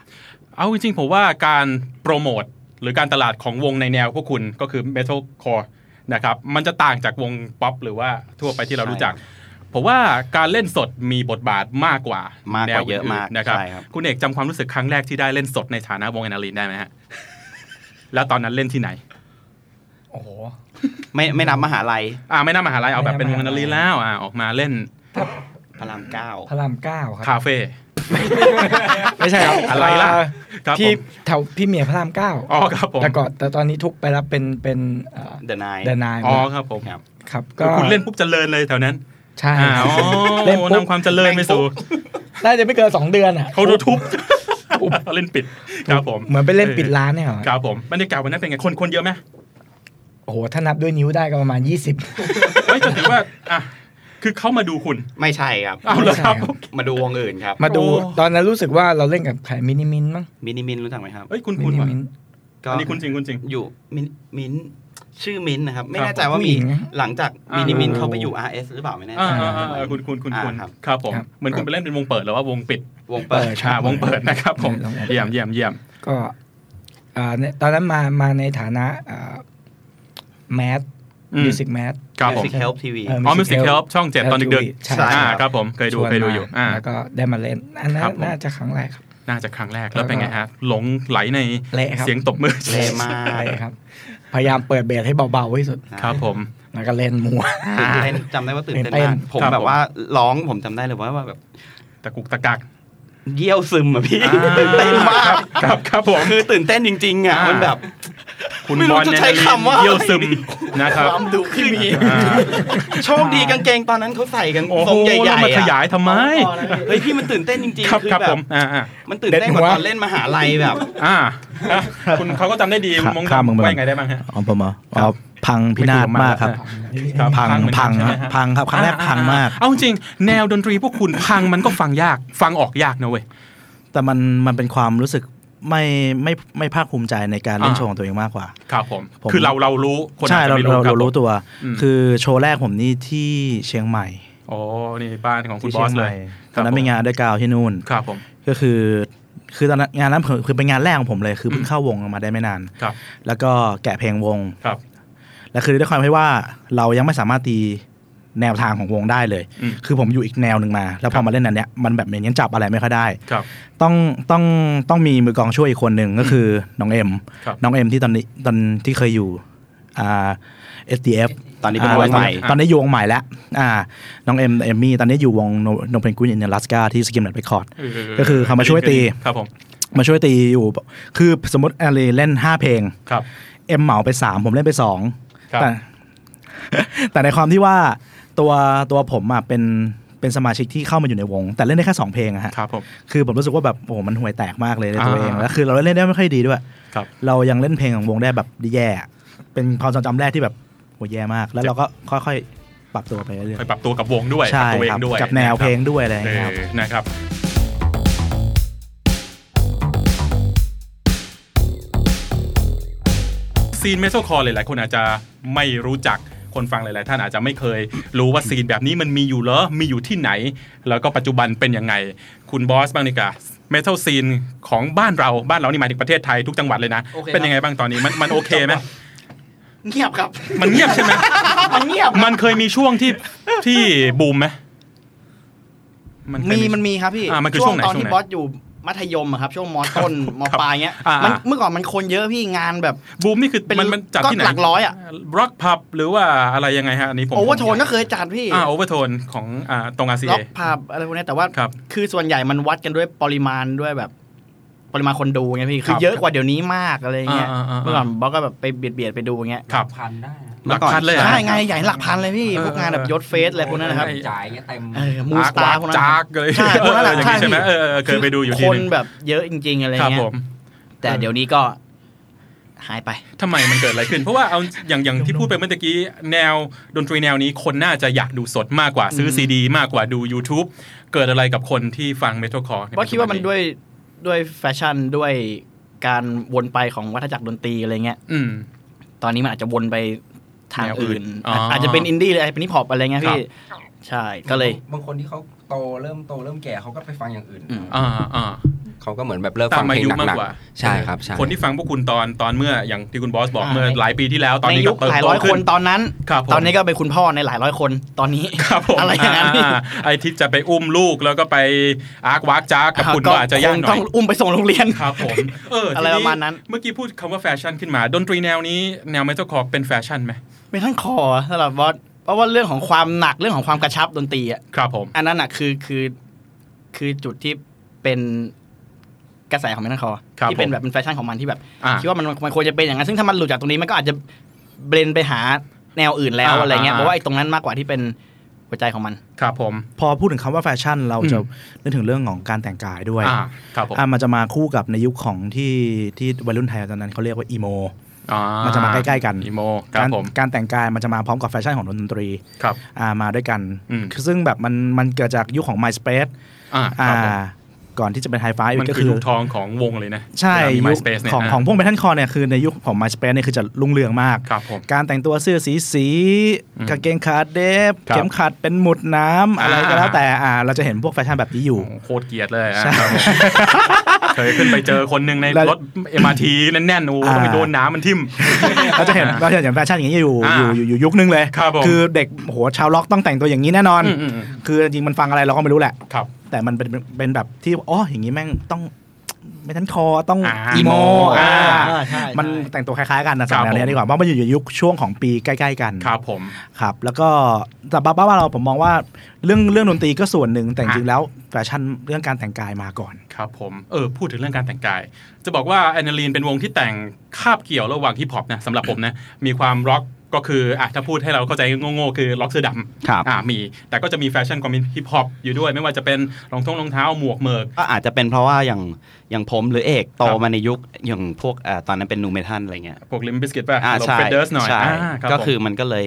B: เอาจริงๆผมว่าการโปรโมทหรือการตลาดของวงในแนวพวกคุณก็คือ Metal Core นะครับมันจะต่างจากวงป๊อปหรือว่าทั่วไปที่เรารู้จัก ผมว่าการเล่นสดมีบทบาทมากกว่าม
C: มากกว่า
B: แนว
C: เยอะมาก
B: นๆนะครับ
C: ใช่ครับ
B: คุณเอกจำความรู้สึกครั้งแรกที่ได้เล่นสดในฐานะวงแอนาลินได้ไหมฮะ แล้วตอนนั้นเล่นที่ไหน
D: โอ้โห
C: ไม่ไม่นับมหาลัย
B: อ่าไม่น่ามหาลัยเอาแบบเป็นวงแอนาลินแล้วอ่าออกมาเล่น
C: พระรามเก้า
D: พระรามเก้าครับ
B: คาเฟ่
D: ไม่ใช่ครับ
B: อะไรล่ะ
D: า
B: ครับผ
D: ที่
B: ม
D: แถวพี่เหมียพระรามเก้า
B: อ๋อครับผม
D: แต่ก่อนแต่ตอนนี้ทุกไปรับเป็นเป็น
C: เดนาย
D: เดนาย
B: อ๋อครับผม
C: ครับ
D: ครับ ก็
B: คุณเล่นปุ๊บเจริญเลยแถวนั้น
D: ใช่
B: อ่าอ๋อ
D: เล่นปุ๊บ
B: นำความเจริญไปสู่
D: น่าจะไม่เกินสองเดือนอ่ะ
B: เขาดูทุบเล่นปิดครับผม
D: เหมือนไปเล่นปิดร้านเนี่ยเหรอ
B: ครับผมบรรยากาศวันนั้นเป็นไงคนคนเยอะไหม
D: โอ้โหถ้านับด้วยนิ้วได้ก็ประมาณ 20
B: เฮ้ยก็ถือว่าอ่ะ คือเขามาดูคุณ
C: ไม่ใช่ครับ
B: เอาเหรอครับ
C: มาดูวงอื่นครับ
D: มาดู
B: โอ้
D: ตอนนั้นรู้สึกว่าเราเล่นกับใครมินิมินมั้ง
C: มินิมินรู้จักไหมครับ
B: เอ้ยคุณ
D: มิ
B: คุณ
D: นิ
B: ว่ะ
D: มิน
C: ก็
B: อันนี้คุณจริงคุณจริง
C: อยู่มินมินชื่อมินนะครับ ไม่
B: ครับ
C: แน่ใจว่า
D: ผู้
C: มี
D: หญิงนะ
C: หลังจาก
B: อ่ามิ
C: มินิมินเขาไปอยู่ RS หรือเปล่าไม่แน่
B: อ่า
C: ใจ
B: อ่าอ่าอ่าคุณคุณคุณคุณ
C: อ่าครับ
B: ครับผม
D: ครับ
B: เหมือนคุณไปเล่นเป็นวงเปิดหรือว่าวงปิด
C: วงเปิด
B: อ่าวงเปิดนะครับผม
D: วงเปิด
B: เยี่ยมเยี่ยมเยี่ยม
D: ก็อ่าเนี่ยตอนนั้นมามาในฐานะอ่าแมส
B: อืม
D: มิวสิกแมส
B: ครับผม
C: Music Help TV
D: เออ
B: อ๋อมิวสิกเฮลช่องเจ็ดตอนดึก
D: ใช่
B: ๆอ่าครับผมเคยดู
D: ชวน
B: เคยดู
D: มา
B: อยู่อ่า
D: แล้วก็ได้มาเล่น อันนั้
B: ครั
D: น
B: บผม
D: น่าจะครั้งแรกครับ
B: น่าจะครั้งแรก
D: แล้
B: แล้ว
D: วก็
B: เป็นไงฮะหลงไหลใน
D: เละครับ
B: เสียงตบมือ
C: เละมาก
D: เละครับ พยายามเปิดเบสให้เบาๆที่สุด
B: ครับผม
D: แล้วก็เล่นมัว
C: ตื่นเต้นจำได้ว่าตื่นเต้น
D: ตื่นเต้น
C: มากผม
B: ครับ
C: แบบว่าร้องผมจำได้เลยว่าแบบ
B: ตะกุกตะกัก
C: เยี่ยวซึมอะพี่ตื่นเต้นมาก
B: ครับครับผม
C: คือตื่นเต้นจริงๆอ่ะ
B: อ่ามั
C: มันแบบ
B: คุณ
C: ไม่รู้
B: บอล
C: จะ
B: เนี่ย
C: ใช้คำว่า
B: เยี่ยวซึมนะครับ
C: ความดุที่มี
B: อ่า
C: โชคดีกางเกงตอนนั้นเขาใส่กัน
B: โอ้
C: ท
B: โห
C: รงใหญ่ๆ
B: แล้ว
C: อะ
B: มาขยายทำไม
C: เฮ้ยพี่มันตื่นเต้นจริง
B: ค
C: ๆ
B: รับ
C: คือ
B: ครับ
C: แบ
B: ผ
C: บ
B: มอ่าอ่า
C: มันตื่นเต้นกว่าตอนเล่นมหาลัยแบบ
B: อ่าอ่ะคุณเขาก็จำได้ดี
G: ครับ
B: มง
G: ข้ามมึง
B: ดำ
G: ไป
B: ว่ายังไงได้บ้างฮะ
G: อ๋อผมเหรออ๋อพังพินาศมากครับ
B: ครับ
G: พัง
B: เหมือนกัน
G: พัง
B: ใช่ไหม
G: ครับ
B: ฮะ
G: พังครับครั้งแรก
B: อ่
G: พังมาก
B: เอาจริงแนวดนตรีพวกคุณพังมันก็ฟังยากฟังออกยากนะเว้ย
G: แต่มันมันเป็นความรู้สึกไม่ไม่ไม่ภาคภูมิใจในการเล่น
B: อ่า
G: โชว์ของตัวเองมากกว่า
B: ครับผม
G: ผม
B: คือเราเรารู้คน
G: ใช่
B: อาจจะ
G: เรา
B: ไม่
G: เรา
B: ค
G: เรา
B: บ
G: รู้
B: ผม
G: ตัว
B: อืม
G: คือโชว์แรกผมนี่ที่เชียงใหม่
B: อ๋อนี่บ้านของคุณ
G: ที่
B: บอ
G: เชี
B: ส
G: ง
B: เล
G: ใหม่
B: ย
G: ตอนนั้นมีงานเดอะกาวที่นู่น
B: ครับผม
G: ก็คือคือตอนนั้นงานนั้นผมคือเป็นงานแรกของผมเลยคือเพิ่งเข้าวงมาได้ไม่นาน
B: ครับ
G: แล้วก็แกะเพลงวง
B: ครับ
G: แล้วคือด้วยความที่ว่าเรายังไม่สามารถตีแนวทางของวงได้เลย
B: อืม
G: คือผมอยู่อีกแนวหนึ่งมา แล้วพ
B: ครั
G: อบ มาเล่นอันเนี้ยมันแบบเหมือนยังจับอะไรไม่ค่อยได้
B: ครับ
G: ต้องต้องต้องมีมือกลองช่วยอีกคนหนึ่งก็คือน้องเอ็ม
B: ครับ
G: น้องเอ็มที่ตอนนี้ตอนที่เคยอยู่อ่า SDF
C: ตอนนี้เป็น
G: าว
C: งใหม่
G: ตอนตอนนี้อยู่วงใหม่แล้วอ่าน้องเอ็มเอมมี่ตอนนี้อยู่วงโนเพนกวินอินเนอร์ลัสกาที่สกิมเน็ตไปคอร์ด
B: เเ
G: ก็คือเขามาช่วยตี
B: ครับผม
G: มาช่วยตีอยู่ คือสมมติแอลลีเล่น 5 เพลง
B: ครับ
G: เอ็มเหมาไป 3 ผมเล่นไป 2
B: ครับ
G: แต่ แต่ในความที่ว่าตัวตัวผมอ่ะเป็นเป็นสมาชิกที่เข้ามาอยู่ในวง แต่เล่นได้แค่ 2 เพลงอะฮะ
B: ครับผม
G: คือผมรู้สึกว่าแบบโอ้โหมันห่วยแตกมากเลยในตัวเอง
B: อ่า
G: แล้วคือเราเล่นได้ไม่ค่อยดีด้วย
B: ครับ
G: เรายังเล่นเพลงของวงได้แบบแย่อะเป็นความทรงจำแรกที่แบบโหแย่มาก แล้วเราก็ค่อยๆปรับตัวไปเรื่อย
B: ไปปรับตัวกับวงด้วย
G: ๆใช่
B: ปรับตัวเอง
G: ครั
B: ด้วย
G: กับแนว
B: ะครับ
G: เพลงด้วยอะไรอย่าง
B: เอ
G: เงี้ยครับ
B: อนะครับ ซีนเมโซคอร์หลายๆคนอาจจะไม่รู้จักคนฟังหลาย ๆ ท่านอาจจะไม่เคยรู้ว่าซีนแบบนี้มันมีอยู่เหรอ มีอยู่ที่ไหน แล้วก็ปัจจุบันเป็นยังไง คุณบอสบ้างดีกว่าเมทัลซีนของบ้านเราบ้านเรานี่หมายถึงประเทศไทยทุกจังหวัดเลยนะ
C: โอเคครับ
B: เป็นยังไงบ้างตอนนี้มันมันโอเคไหม
C: เงียบครับ
B: มันเงียบใช่ไหม
C: มันเงียบ
B: มันเคยมีช่วงที่ที่บูมไหมเคย
F: มีมันมีครับพี่
B: อ่ามันคือช่วงไหน
F: ตอน
B: ช่วง
F: ที่
B: ไหน
F: บอสอยู่มัธยมอะครับ ช่วงมต้นมปลายเงี้ย
B: อ่ามั
F: นเมื่อก่อนมันคนเยอะพี่งานแบบ
B: บูมนี่คือ
F: เป็น
B: มันมันจัดที่ไหน
F: ก็หลักร้อยอะ
B: ร็อกพับหรือว่าอะไรยังไงฮะอันนี้ผม
F: โอเวอร์โทนก็เคยจัดพี่
B: อ่าโอเวอร์โทนของอ่าตรงอาเซีย
F: ล็อกผับอะไรพวกเนี้ยแต่ว่า
B: ครับ
F: คือส่วนใหญ่มันวัดกันด้วยปริมาณด้วยแบบ ปริมาณคนดูไงพี่
B: ครับ
F: คือเยอะกว่าเดี๋ยวนี้มากอะไรเงี้ย
B: อ่าอ่าอ่า
F: เมื่อก่อนบอสก็แบบไปเบียดเบียดๆไปดูเงี้ย
B: ครับ
E: พันได้นะ
B: หลักพันเลยเหรอ
F: ใช่ไงใหญ่หลักพันเลยพี่
B: เออ
F: พวกงานแบบ
B: เออย
F: ศเฟสอะไรพวกนั้นนะครับ
B: ไอ้
H: จ่ายเงี้ยเต็ม
F: เออมูสตาร์พวกนั้น
B: จากเลย
F: ใช่พวกนั้นแหละ
B: เอออย่างนี้ใช่ไหมเออเออเคยไปดูอยู่ที
F: คน
B: นึง
F: แบบเยอะจริง ๆ อะไร
B: ครับ
F: เงี้
B: ผ
F: ย
B: ม
F: แต่เดี๋ยวนี้ก็หายไป
B: ทำไมมันเกิดอะไรขึ้น เพราะว่าเอาอย่างอย่างที่พูดไปเมื่อตะกี้แนวดนตรีแนวนี้คนน่าจะอยากดูสดมากกว่าซื้อซีดี มากกว่าดู YouTube เกิดอะไรกับคนที่ฟังเมทัลคอร์
F: ว่าคิดว่ามันด้วยด้วยแฟชั่นด้วยการวนไปของวัฏจักรดนตรีอะไรเงี้ย
B: อืม
F: ตอนนี้มันอาจจะวนไปทาง
B: แนวอื่น
F: อื่น
B: อ๋ออ
F: อาจจะเป็นอินดี้เลยอาจจะเป็นฮิปฮอปอะไรเงี้ย
B: ครับ
F: พี่ ใช่ก็เลย
E: บางคนที่เขาโตเริ่มโตเริ่มแก่เขาก็ไปฟังอย่างอื่น
F: อืม
B: อ่าอ่า
H: เขาก็เหมือนแบบเลิก
B: ตา
H: ฟัง
B: ม
H: เพ
B: อา
H: ลง
B: ยุมาก
H: หนัก
B: กว่า
H: ๆใช่ครับใช่
B: คนที่ฟังพวกคุณตอนตอนเมื่ออย่างที่คุณบอสบอก
F: อ่า
B: เมื่อหลายปีที่แล้ว ตอน
F: ใน
B: นี้
F: ยุ
B: ก็
F: ค
B: เติบ
F: หลาย
B: โต
F: ร้อยค
B: ขึ้
F: น
B: น
F: ตอนนั้น
B: ครับผม
F: ตอนนี้ก็เป็นคุณพ่อในหลายร้อยคนตอนนี้
B: ครับผม
F: อะไรอย่างนั้น
B: อ่าไอทิศจะไปอุ้มลูกแล้วก็ไปอาร์กวากจ้ากกับคุณก็อาจจะยากหน่
F: ต้
B: อ
F: อย งอุ้มไปส่งโรงเรียน
B: ครับผมเออ
F: อะไรประมาณนั้น
B: ทีเมื่อกี้พูดคำว่าแฟชั่นขึ้นมา ดนตรีแนวนี้แนวเมทัลคอร์เป็นแฟชั่นไหม
F: ไม่ทั้งคอสำหรับบอสเพราะว่าเรื่องของความหนักเรื่องของความกระชับดนตรีอะ
B: ครับผม
F: อันนั้นอ่ะคือคือคือจุดที่เป็นกระแสของแมนคอร์ที่เป็นแบบเป็นแฟชั่นของมันที่แบบ
B: อ่า
F: คิดว่ามันมันควรจะเป็นอย่างนั้น ซึ่งถ้ามันหลุดจากตรงนี้มันก็อาจจะเบรนไปหาแนวอื่นแล้ว
B: อ่า
F: อะไรเงี้ย
B: อ่า
F: เพราะว่าไอ้ตรงนั้นมากกว่าที่เป็นหัว ปัจจัยของมัน
B: ครับผม
G: พอพูดถึงคำว่าแฟชั่นเราจะนึกถึงเรื่องของการแต่งกายด้วย
B: อ่าครับผม
G: อ่ะมันจะมาคู่กับในยุคของที่ที่วัยรุ่นไทยตอนนั้นเขาเรียกว่าอีโม
B: อ่า
G: มันจะมาใกล้ๆกัน
B: อีโมค
G: การ
B: ั
G: ร
B: บผม
G: การแต่งกายมันจะมาพร้อมกับแฟชั่นของดนตรี
B: ครับ
G: อ่ามาด้วยกัน
B: อืม
G: ซึ่งแบบมันมันเกิดจากยุคของ MySpace
B: อ่า
G: อ่า
B: ครับผม
G: ก่อนที่จะเป็นไฮไฟ
B: มัน
G: ก็
B: คือ
G: คือ
B: ยุคทองของวงเลยนะ
G: ใช่
B: เวลามี
G: ยุค
B: MySpace เนี่ย
G: ของ
B: อ่า
G: ของพวกเมทัลคอร์เนี่ยคือในยุคของ MySpace เนี่ยคือจะรุ่งเรืองมาก
B: ครับผม
G: การแต่งตัวเสื้อสีสี
B: อืม
G: กางเกงขาเดฟ
B: ครับ
G: เข็มขัดเป็นหมุดน้ำอะไรก็แล้ว
B: อ่า
G: แต่อ่าเราจะเห็นพวกแฟชั่นแบบนี้อยู่
B: โอ้โหโคตรเกลียดเลยอ่ะครับผมเคยขึ้นไปเจอคนหนึ่งใน
G: แล้ว
B: รถ MRT แน่นๆโอ้โหต้องไปโดนน้ำมันทิ่ม
G: เราจะเห็นเราจะเห็นแฟชั่นอย่างนี้อยู่
B: อ่า
G: อยู่อยู่อยู่ยุคนึงเลย
B: ครับผม
G: อเด็กโหชาวล็อกต้องแต่งตัวอย่างนี้แน่นอน
B: อืมอืมอืม
G: คือจริงๆมันฟังอะไรเราก็ไม่รู้แหละ
B: ครับ
G: แต่มันเป็นเป็นแบบที่อ๋ออย่างนี้แม่งต้องไม่ทันคอต้อง
B: อ่า
G: อีโม
B: อ่า
G: อ่า
F: เออใช่
G: มัน
F: ใช่
G: แต่งตัวคล้ายๆกันนะ
B: ค
G: ส
B: รั
G: อ
B: บ
G: ง
B: ผ
G: แนวเนี้
B: ม
G: ยดีกว่าเพราะมันอยู่ในยุคช่วงของปีใกล้ ๆ กัน
B: ครับผม
G: ครับ แล้วก็แต่บ้าๆเราผมมองว่าเรื่องเรื่องดนตรีก็ส่วนหนึ่งแต่จริงๆแล้วแฟชั่นเรื่องการแต่งกายมาก่อน
B: ครับผม เออ พูดถึงเรื่องการแต่งกาย จะบอกว่าแอนนาลีนเป็นวงที่แต่งคาบเกี่ยวระหว่างฮิปฮอปนะสำหรับผมนะ มีความร็อกก็คืออ่ะถ้าพูดให้เราเข้าใจโง่ๆคือร็อกเสื้อดำ
F: ครับ
B: อ่ะมี แต่ก็จะมีแฟชั่นความเป็นฮิปฮอปอยู่ด้วย ไม่ว่าจะเป็นรองท้องรองเท้าหมวกเหมิก
C: ก็อาจจะเป็นเพราะว่าอย่างอย่างผมหรือเอกโต
B: ครับ
C: มาในยุคอย่างพวกเอ่อตอนนั้นเป็นนูเมทัลอะไรเงี้ย
B: พวกลิมบิสกิตป่ะ
C: อ่าใช่
B: เฟดเดอร์สหน่อย
C: ใช่
B: อ่ารับ
C: ก็คือ
B: ผม
C: มันก็เลย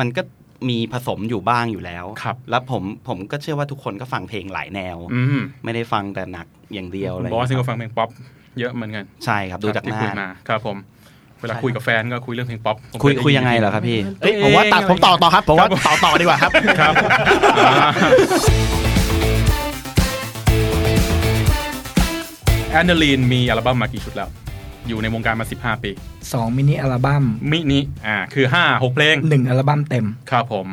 C: มันก็มีผสมอยู่บ้างอยู่แล้ว
B: ครับ
C: แล้วผมผมก็เชื่อว่าทุกคนก็ฟังเพลงหลายแนว
B: อืม
C: ไม่ได้ฟังแต่หนักอย่างเดียวอะไร
B: บอสนี่
C: เงี้
B: ก็
C: ย
B: ฟังเพลงป๊อปเยอะเหมือนกัน
C: ใช่ครับดูจากห
B: ที่
C: น้า
B: คุยมาครับผม เวลาคุยกับแฟนก็คุยเรื่องเพลงป๊อปผม
C: คุย
B: ด้น
C: คุยยังไงเหรอครับพี่
F: เอ้ยผมว่าตัดผมต่อต่อครับผมว่าต่อต่อดีกว่าครับ
B: ครับอ่า แอนเดอลีนมีอัลบั้มมากี่ชุดแล้ว อยู่ในวงการมา 15 ปี
D: สองมินิอัลบั้ม
B: มินิอ่าคือ 5 6 เพลง
D: หนึ่งอัลบั้มเต็ม
B: ครับผม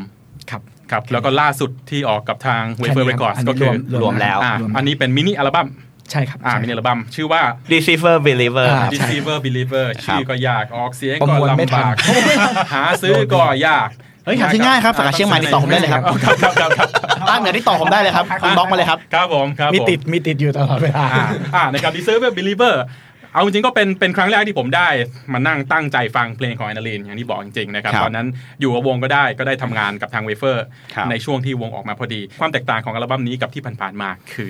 D: ครับ
B: ครับ แล้วก็ล่าสุดที่ออกกับทาง w a v e r
D: แค่นี้
B: Records
D: น
B: ก็
D: นี้
B: คือ
C: รวมแล้ว
B: อ่า
D: นะรวม
B: อันนี้เป็นมินิอัลบั้ม
D: ใช่ครับ
B: อ่า
D: ใช่
B: มินิอัลบั้มชื่อว่า
C: Deceiver Believer
D: อ่า
B: Deceiver Believer ชื่อก็ยากออกเสียง
D: ประ
B: ก็
D: มวลไม่
B: ลำ
D: ทัน
B: บาก หาซื้อก็ยาก
F: เฮ้ยหาซื้อง่ายครับสาขาเชียงใหม่ติดต่อผมได้เลยครับ
B: อาครับครับครับครับ
F: ตั้งเดี๋ยวที่ต่อผมได้เลย ครับคุณบล็อกมาเลยครับ
B: ครับผมครับผ
D: มีติดมีติดอยู่ตลอดเวลา
B: อ่าอ่าในการดีเซอร์แบบบิลีเวอร์เอาจริงๆก็เป็นเป็นครั้งแรกที่ผมได้มานั่งตั้งใจฟังเพลงของแอนนาลีนอย่างที่บอกจริงๆนะครับ
C: ครับ
B: ตอนนั้นอยู่กับวงก็ได้ก็ได้ทำงานกับทางเวเฟอร์
C: ครับ
B: ในช่วงที่วงออกมาพอดี ความแตกต่างของอัลบั้มนี้กับที่ผ่านๆมาคือ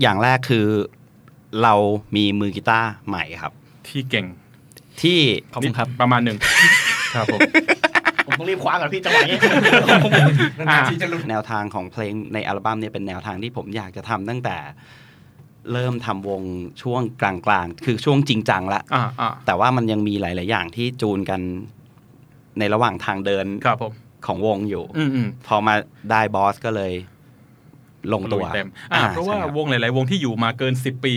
C: อย่างแรกคือเรามีมือกีตาร์ใหม่ครับ
B: ที่เก่ง
C: ที่
F: ขอบคุณครับ
B: ประมาณหนึ่งครับผม
F: ผมต้องรีบคว้าก่อนพี่จังหวะนี้
E: นานๆทีจะหลุด
C: แนวทางของเพลงในอัลบั้มเนี่ยเป็นแนวทางที่ผมอยากจะทำตั้งแต่เริ่มทำวงช่วงกลางๆ คือช่วงจริงจังละ
B: อ่าอ่า
C: แต่ว่ามันยังมีหลาย ๆ อย่างที่จูนกันในระหว่างทางเดิน
B: ครับผม
C: ของวงอยู่
B: อืมอืม
C: พอมาได้บอสก็เลยลงตัว
B: เต็มอ่าเพราะว่า
C: ใช่คบ
B: วงหลายๆ วงที่อยู่มาเกิน 10 ปี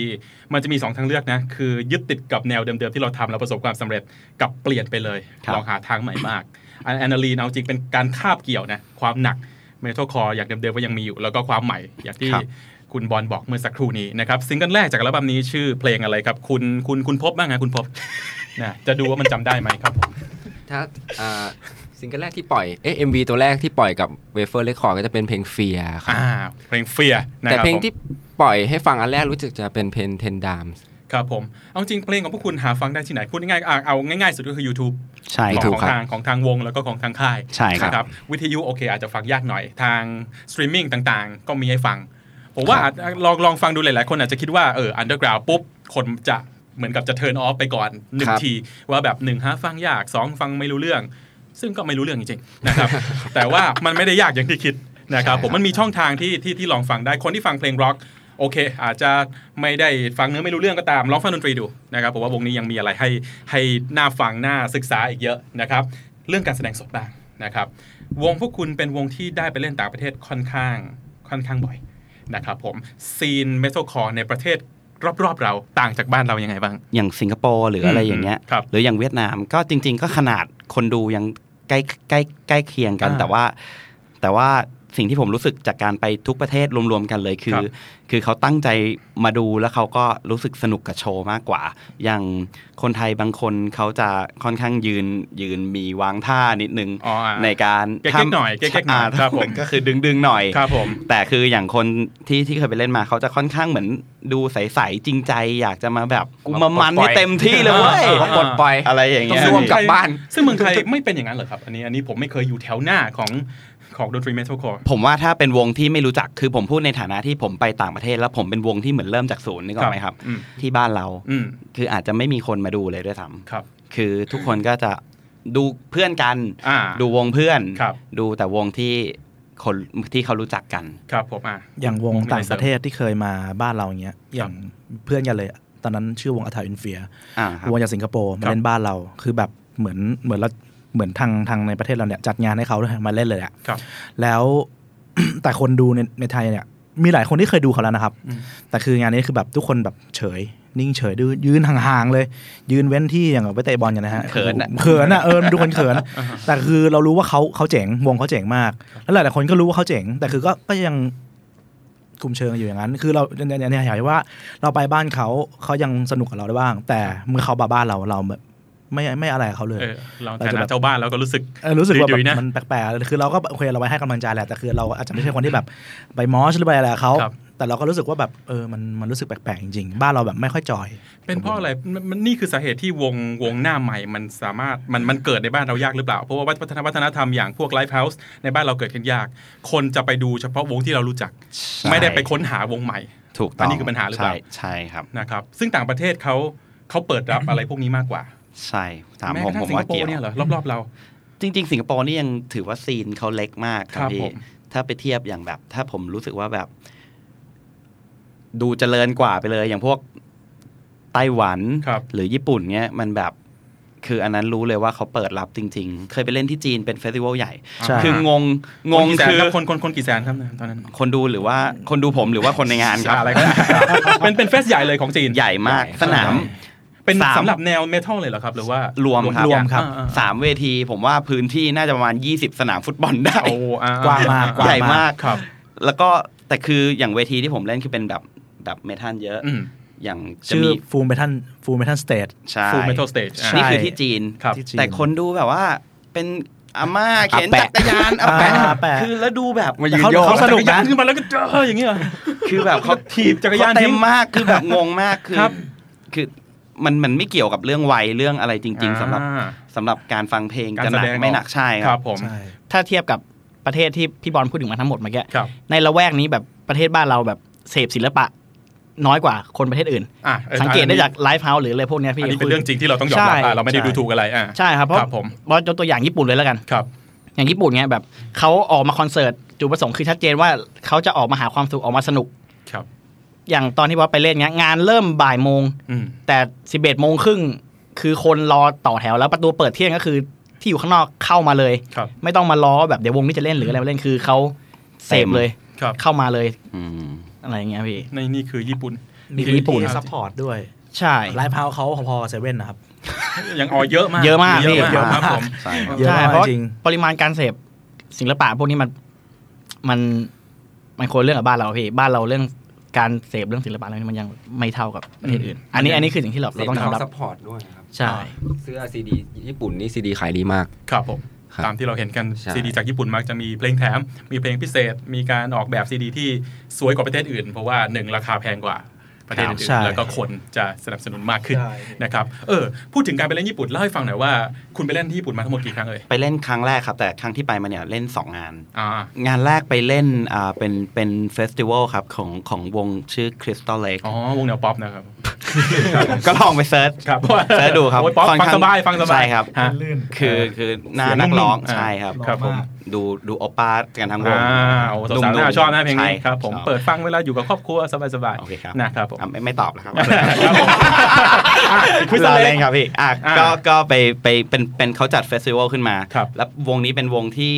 B: มันจะมีสองทางเลือกนะคือยึดติดกับแนวเดิมๆที่เราทำแล้วประสบความสำเร็จกับเปลี่ยนไปเลย
C: ครับ
B: ลองหาทางใหม่มากอันแอนนาลีนเอาจริงเป็นการคาบเกี่ยวนะความหนักเมทัลคอร์อย่างเดิมๆก็ยังมีอยู่ แล้วก็ความใหม่อย่างที่คุณบอลบอกเมื่อสักครู่นี้นะครับซิงเกิลแรกจากอัลบั้มนี้ชื่อเพลงอะไรครับ คุณคุณคุณพบบ้างไงคุณพบนะจะดูว่ามันจำได้ไหมครับผม
H: ถ้าอ่าซิงเกิลแรกที่ปล่อยเอ๊ะ MV ตัวแรกที่ปล่อยกับเวเฟอร์เรคคอร์ก็จะเป็นเพลงเฟียครับ
B: อ่าเพลงเฟียนะ
H: แต่
B: ครับ
H: เพลง
B: ผม
H: ที่ปล่อยให้ฟังอันแรกรู้สึกจะเป็นเพลงเทนดาม
B: ครับผม เอาจริงเพลงของพวกคุณหาฟังได้ที่ไหนพูดง่ายๆอ่ะเอาง่ายๆสุดก็คือ YouTube
C: ใช่
B: ของ
C: ถู
B: ข
C: ก
B: อง
C: ครับ
B: ทางของทางวงแล้วก็ของทางค่าย
C: ใช่ครับ
B: นะวิทยุโอเคอาจจะฟังยากหน่อยทางสตรีมมิ่งต่างๆ ก็มีให้ฟัง ผมว่าอาจลองลองฟังดูหลายๆ คนอาจจะคิดว่าเอออันเดอร์กราวปุ๊บ คนจะเหมือนกับจะเทิร์นออฟไปก่อนหนึ่ง
H: ครับ
B: ที ว่าแบบหนึ่งฮะฟังยากสองฟังไม่รู้เรื่อง ซึ่งก็ไม่รู้เรื่องจริงๆนะครับ แต่ว่ามันไม่ได้ยากอย่างที่คิดนะครับผมมันมีช่องทางที่ที่ที่ลองฟังได้คนที่ฟังเพลงร็อก โอเค อาจจะไม่ได้ฟังเนื้อไม่รู้เรื่องก็ตามลองฟังดนตรีดูนะครับผมว่าวงนี้ยังมีอะไรให้ให้น่าฟังน่าศึกษาอีกเยอะนะครับ เรื่องการแสดงสดบ้างนะครับ วงพวกคุณเป็นวงที่ได้ไปเล่นต่างประเทศค่อนข้างค่อนข้างบ่อยนะครับผมซีนเมทัลคอร์ในประเทศรอบๆ เราต่างจากบ้านเรายังไงบ้าง
C: อย่างสิงคโปร์หรืออะไรอย่างเงี้ย
B: ครับ
C: หรืออย่างเวียดนามก็จริง ๆ ก็ขนาดคนดูยังใกล้ใกล้ใกล้เคียงกัน
B: อ่า
C: แต่ว่า แต่ว่าสิ่งที่ผมรู้สึกจากการไปทุกประเทศรวมๆกันเลยคือ
B: ครับ
C: คือเขาตั้งใจมาดูแล้วเขาก็รู้สึกสนุกกับโชว์มากกว่า อย่างคนไทยบางคนเขาจะค่อนข้างยืนยืนมีวางท่านิดนึง
B: อ๋ออ่า
C: ในการ
B: เก๊กๆหน่อยเก๊กๆหน่อย
C: า
B: ครับผม
C: ก็คือดึงๆหน่อย
B: ครับผม
C: แต่คืออย่างคนที่ที่เคยไปเล่นมาเขาจะค่อนข้างเหมือนดูใสๆจริงใจ อยากจะมาแบบกูมามันให้เต็มที่เลยเว้ย
H: ปลดปล่อย
C: อะไรอย่าง
H: ต้
C: เงี้ย
H: ร่วมกับบ้าน
B: ซึ่งเมืองไทยไม่เป็นอย่างนั้นเหรอครับ อันนี้อันนี้ผมไม่เคยอยู่แถวหน้าของ ของดนตรีเมทัลคอร์
C: ผมว่าถ้าเป็นวงที่ไม่รู้จักคือผมพูดในฐานะที่ผมไปต่างประเทศ แล้วผมเป็นวงที่เหมือนเริ่มจากศูนย์นึกออกไหม
B: ค
C: ค
B: รั
C: รั
B: บบ อืม
C: ที่บ้านเรา
B: อืม
C: คืออาจจะไม่มีคนมาดูเลยด้วยซ้ำ
B: ครับ
C: คือทุกคนก็จะดูเพื่อนกัน
B: อ่า
C: ดูวงเพื่อน
B: ครับ
C: ดูแต่วงที่คนที่เขารู้จักกัน
B: ครับผมอ่ะ
G: อย่างวงต่างประเทศที่เคยมาบ้านเราอย่างเงี้ยอย่างเพื่อนกันเลย ตอนนั้นชื่อวงอัธาอินเฟีย
C: อ่าครับ
G: วงจากสิงคโปร์
B: ครับ
G: มาเล่นบ้านเราคือแบบเหมือนเหมือนเราเหมือนทางทางในประเทศเราเนี่ยจัดงานให้เขาด้วยมาเล่นเลยอะ
B: ครับ
G: แล้ว แต่คนดูในในไทยเนี่ย มีหลายคนที่เคยดูเขาแล้วนะครับ
B: อืม
G: แต่คืองานนี้คือแบบทุกคนแบบเฉย นิ่งเฉยดูยืนห่างๆเลย ยืนเว้นที่อย่างกับไปเตะบอลกันนะฮะ
C: เขินอะ
G: เขินอะเออดูคนเขิน แต่คือเรารู้ว่าเขาเขาเจ๋งวงเขาเจ๋งมาก แล้วหลายๆคนก็รู้ว่าเขาเจ๋ง แต่คือก็ก็ยัง คุมเชิงอยู่อย่างนั้น คือเราเนี่ยเนี่ยอยากว่า เราไปบ้านเขาเขายังสนุกกับเราได้บ้าง แต่เมื่อเขามาบ้านเราเราแบบไม่ไม่อะไรกับเขาเลย
B: เออเรา
G: เรา
B: ฐา
G: จะ
B: นะ
G: แบบ
B: เจ้าบ้านเราก็รู้สึก
G: เออรู้สึกว่าแบ
B: ดุยๆนะ
G: บมันแปลกๆ คือเราก็โอเคเราไปให้กำลังใจแหละ แต่คือเราอาจจะไม่ใช่คนที่แบบไปมอชหรือไปอะไรกับเขา
B: ครับ
G: แต่เราก็รู้สึกว่าแบบเออมันมันรู้สึกแปลกๆจริงๆ บ้านเราแบบไม่ค่อยจอย
B: เป็นเพราะอะไรมันมันนี่คือสาเหตุที่วงวงหน้าใหม่มันสามารถมันมันเกิดในบ้านเรายากหรือเปล่า เพราะว่าวัฒนวัฒนธรรมอย่างพวกไลฟ์เฮาส์ในบ้านเราเกิดขึ้นยาก คนจะไปดูเฉพาะวงที่เรารู้จัก
C: ใช่
B: ไม่ได้ไปค้นหาวงใหม่
C: ถูกต้
B: อั
C: อ
B: น
C: ง
B: นี้คือปัญหาหรือเปล่า
C: ใช่ใช่ครับ
B: นะครับซึ่งต่างประเทศเขาเขาเปิดรับ อะไรพวกนี้มากกว่า
C: ใช่ถาม
B: แม้
C: ผ
B: ก
C: ม
B: ระทั่
C: ผ
B: ง
C: ม
B: สิงค
C: ว่า
B: โป
C: เกี่ย
B: ร์
C: ว
B: เนี่ยเหรอรอบๆเรา
C: จริง ๆ สิงคโปร์นี่ยังถือว่าซีนเขาเล็กมากค
B: ครั
C: รับบ
B: ผ
C: พี่
B: ม
C: ถ้าไปเทียบอย่างแบบ ถ้าผมรู้สึกว่าแบบ ดูเจริญกว่าไปเลย อย่างพวกไต้หวัน
B: ครับ
C: หรือญี่ปุ่นเนี้ยมันแบบ คืออันนั้นรู้เลยว่าเขาเปิดรับจริง ๆ เคยไปเล่นที่จีนเป็นเฟสติวัลใหญ่
B: ใช่
C: คืองงงง
B: กี่แสน
C: คือ
B: รับคนคนคนกี่แสนครับตอนนั้น
C: คนดูหรือว่าคนดูผมหรือว่าคนในงานครับ
B: อะไรก็ได้ เป็นเป็นเฟสใหญ่เลยของจีน
C: ใหญ่มาก สนาม
B: เป็น
C: สาม
B: สำหรับแนวเมทัลเลยเหรอครับ หรือว่าร ร
C: วมครับ
G: รวมครับ
B: อ่า
C: สามเวที ผมว่าพื้นที่น่าจะประมาณ 20 สนามฟุตบอลได้
B: ๆโอ้อ่
G: กว้างมากกว้าง
C: ใหญ่มาก
B: ครับ
C: แล้วก็แต่คืออย่างเวทีที่ผมเล่นคือเป็นแบบแบบเมทัลเยอะ
B: อืม
C: อย่างจะ
G: ชื่อ
C: มี
G: ฟูมเมทันฟูมเมทันสเตท
C: ใช่
B: Full Metal Stage อ่ะ
C: นี่คือที่จีน
B: ครับ
G: ที่จีน
C: แต่คนดูแบบว่าเป็นอาม่าเข็น
H: อาแปะ
C: จักรยานอาแปะ
G: อ่าแปะ
C: คือแล้วดูแบบ
H: มายืน
G: เขา
H: โยก
G: เขาสนุก
B: จัรยา
G: นะ
B: ขึ้นมาแล้วก็เจออย่างเงี้ย
C: คือแบบเขา
B: ถีบจักรยาน
C: เขเต็
B: ทิ้
C: ม
B: ง
C: มากคือแบบงงมากคือ
B: ครับ
C: คือมันมันไม่เกี่ยวกับเรื่องวัยเรื่องอะไรจริง ๆสำหรับ
B: อ่า
C: สำหรับการฟังเพลง
B: การ
C: จะหนั
B: แส
C: ก
B: ดง
C: ไม่
B: ออก
C: หนักใช่
B: ค
C: ค
B: รั
C: รั
B: บบ ผม
G: ใช่
F: ถ้าเทียบกับประเทศที่พี่บอลพูดถึงมาทั้งหมดเมื่อกี้
B: ครับ
F: ในละแวกนี้แบบประเทศบ้านเราแบบเสพศิลปะน้อยกว่าคนประเทศอื่น
B: อ่ะออ
F: สังเกตได้จากไลฟ์เฮาส์หรืออะไรพวกเนี้ยพี่
B: อันนี้เป็น
F: คุย
B: เรื่องจริงที่เราต้องยอมรับ
F: ใช่
B: อ่ะเราไม่ได้ดูถูกอะไรอ่ะ
F: ใช่ครับเพราะ
B: ครับผม
F: บอลยกตัวอย่างญี่ปุ่นเลยแล้วกัน
B: ครับ
F: อย่างญี่ปุ่นเนี้ยแบบเขาออกมาคอนเสิร์ตจุดประสงค์คือชัดเจนว่าเขาจะออกมาหาความสุขออกมาสนุก
B: ครับ
F: อย่างตอนที่บอสไปเล่นเงี้ยงานเริ่มบ่ายโมง
B: อืม
F: แต่สิบเอ็ดโมงครึ่งคือคนรอต่อแถวแล้วประตูเปิดเที่ยงก็คือที่อยู่ข้างนอกเข้ามาเลย
B: ครับ
F: ไม่ต้องมารอแบบเดี๋ยววงนี้จะเล่นหรืออะไรมาเล่นคือเขาเสพเลย
B: ครับ
F: เข้ามาเลย
C: อืม
F: อะไรอย่างเงี้ยพี่
B: ในนี่คือญี่ปุ่น
G: มี
B: คือ
G: ญี่ปุ่น
B: ที่
G: ซัพพอร์ตด้วย
F: ใช่
G: ไลฟ์เฮาเขาพอๆกับเซเว่นนะครับ
B: ยังออเยอะมาก
F: เยอะมากพี่
B: เยอะมากครับผม
C: ใช่
G: เยอะ
F: ใช่
G: มาก
F: เพราะ
G: จริง
F: ปริมาณการเสพศิลปะพวกนี้มันมันมันคนละเรื่องกับบ้านเราพี่บ้านเราเรื่องการเสพเรื่องศิลปะอะไรนี่มันยังไม่เท่ากับประเทศอื่น อันนี้อันนี้คือสิ่งที่เราเราต้องยอมรับ
H: ซัพพอร์ตด้วยนะครับ
F: ใช่
H: ซื้อซีดีญี่ปุ่นนี่ซีดีขายดีมาก
B: ครับผม
H: ครับ
B: ตามที่เราเห็นกัน
H: ใช่
B: ซีดีจากญี่ปุ่นมักจะมีเพลงแถม มีเพลงพิเศษ มีการออกแบบซีดีที่สวยกว่าประเทศอื่น เพราะว่าหนึ่งราคาแพงกว่าประเทศอื่
G: ใช่
B: นแล้วก็คนจะสนับสนุนมากขึ้นนะครับเออพูดถึงการไปเล่นญี่ปุ่นเล่าให้ฟังหน่อยว่าคุณไปเล่นที่ญี่ปุ่นมาทั้งหมดกี่ครั้งเอ่ย
C: ไปเล่นครั้งแรกครับ แต่ครั้งที่ไปมาเนี่ยเล่น 2 งาน
B: อ่าง
C: านแรกไปเล่นอ่าเป็นเป็นเฟสติวัลครับของของวงชื่อ Crystal Lake
B: อ๋อวงแนวป๊อปนะครับ
C: ก็ลองไปเซิร์ช
B: ครับ
C: เซิร์ชดูครับ
B: โอ้ยป๊อป
C: ค่อน
B: ฟัง
C: ข้
B: สบายฟังสบาย
C: ใช่ครับ
B: ฮะ
C: คือคือหน้า
B: เสียง
C: นักร้อง
B: นุ่มๆ
C: ใช่ครับ
B: ครับผม
C: ดูดูโอป้ากันทั้งว
B: อ่าง โอ้โห
C: ห
B: สาวๆ
C: นุ่ม
B: น่าชอบนะเพลงนี้
C: ใช่
B: ครับผม
C: ชอ
B: เปิดฟังเวลาอยู่กับครอบครัวสบาย
C: โอเคครับ
B: ๆนะครับผม
C: อ่ะไม่ไม่ตอบแล้วครับ
B: ครับผมอ่ะ Crystal
C: เรา
B: Lake
C: เล่นครับพี่อ่ะ
B: อ่ะ
C: ก็ก็ไปไปเป็นเป็นเขาจัดเฟสติวัลขึ้นมา
B: ครับ
C: แล้ววงนี้เป็นวงที่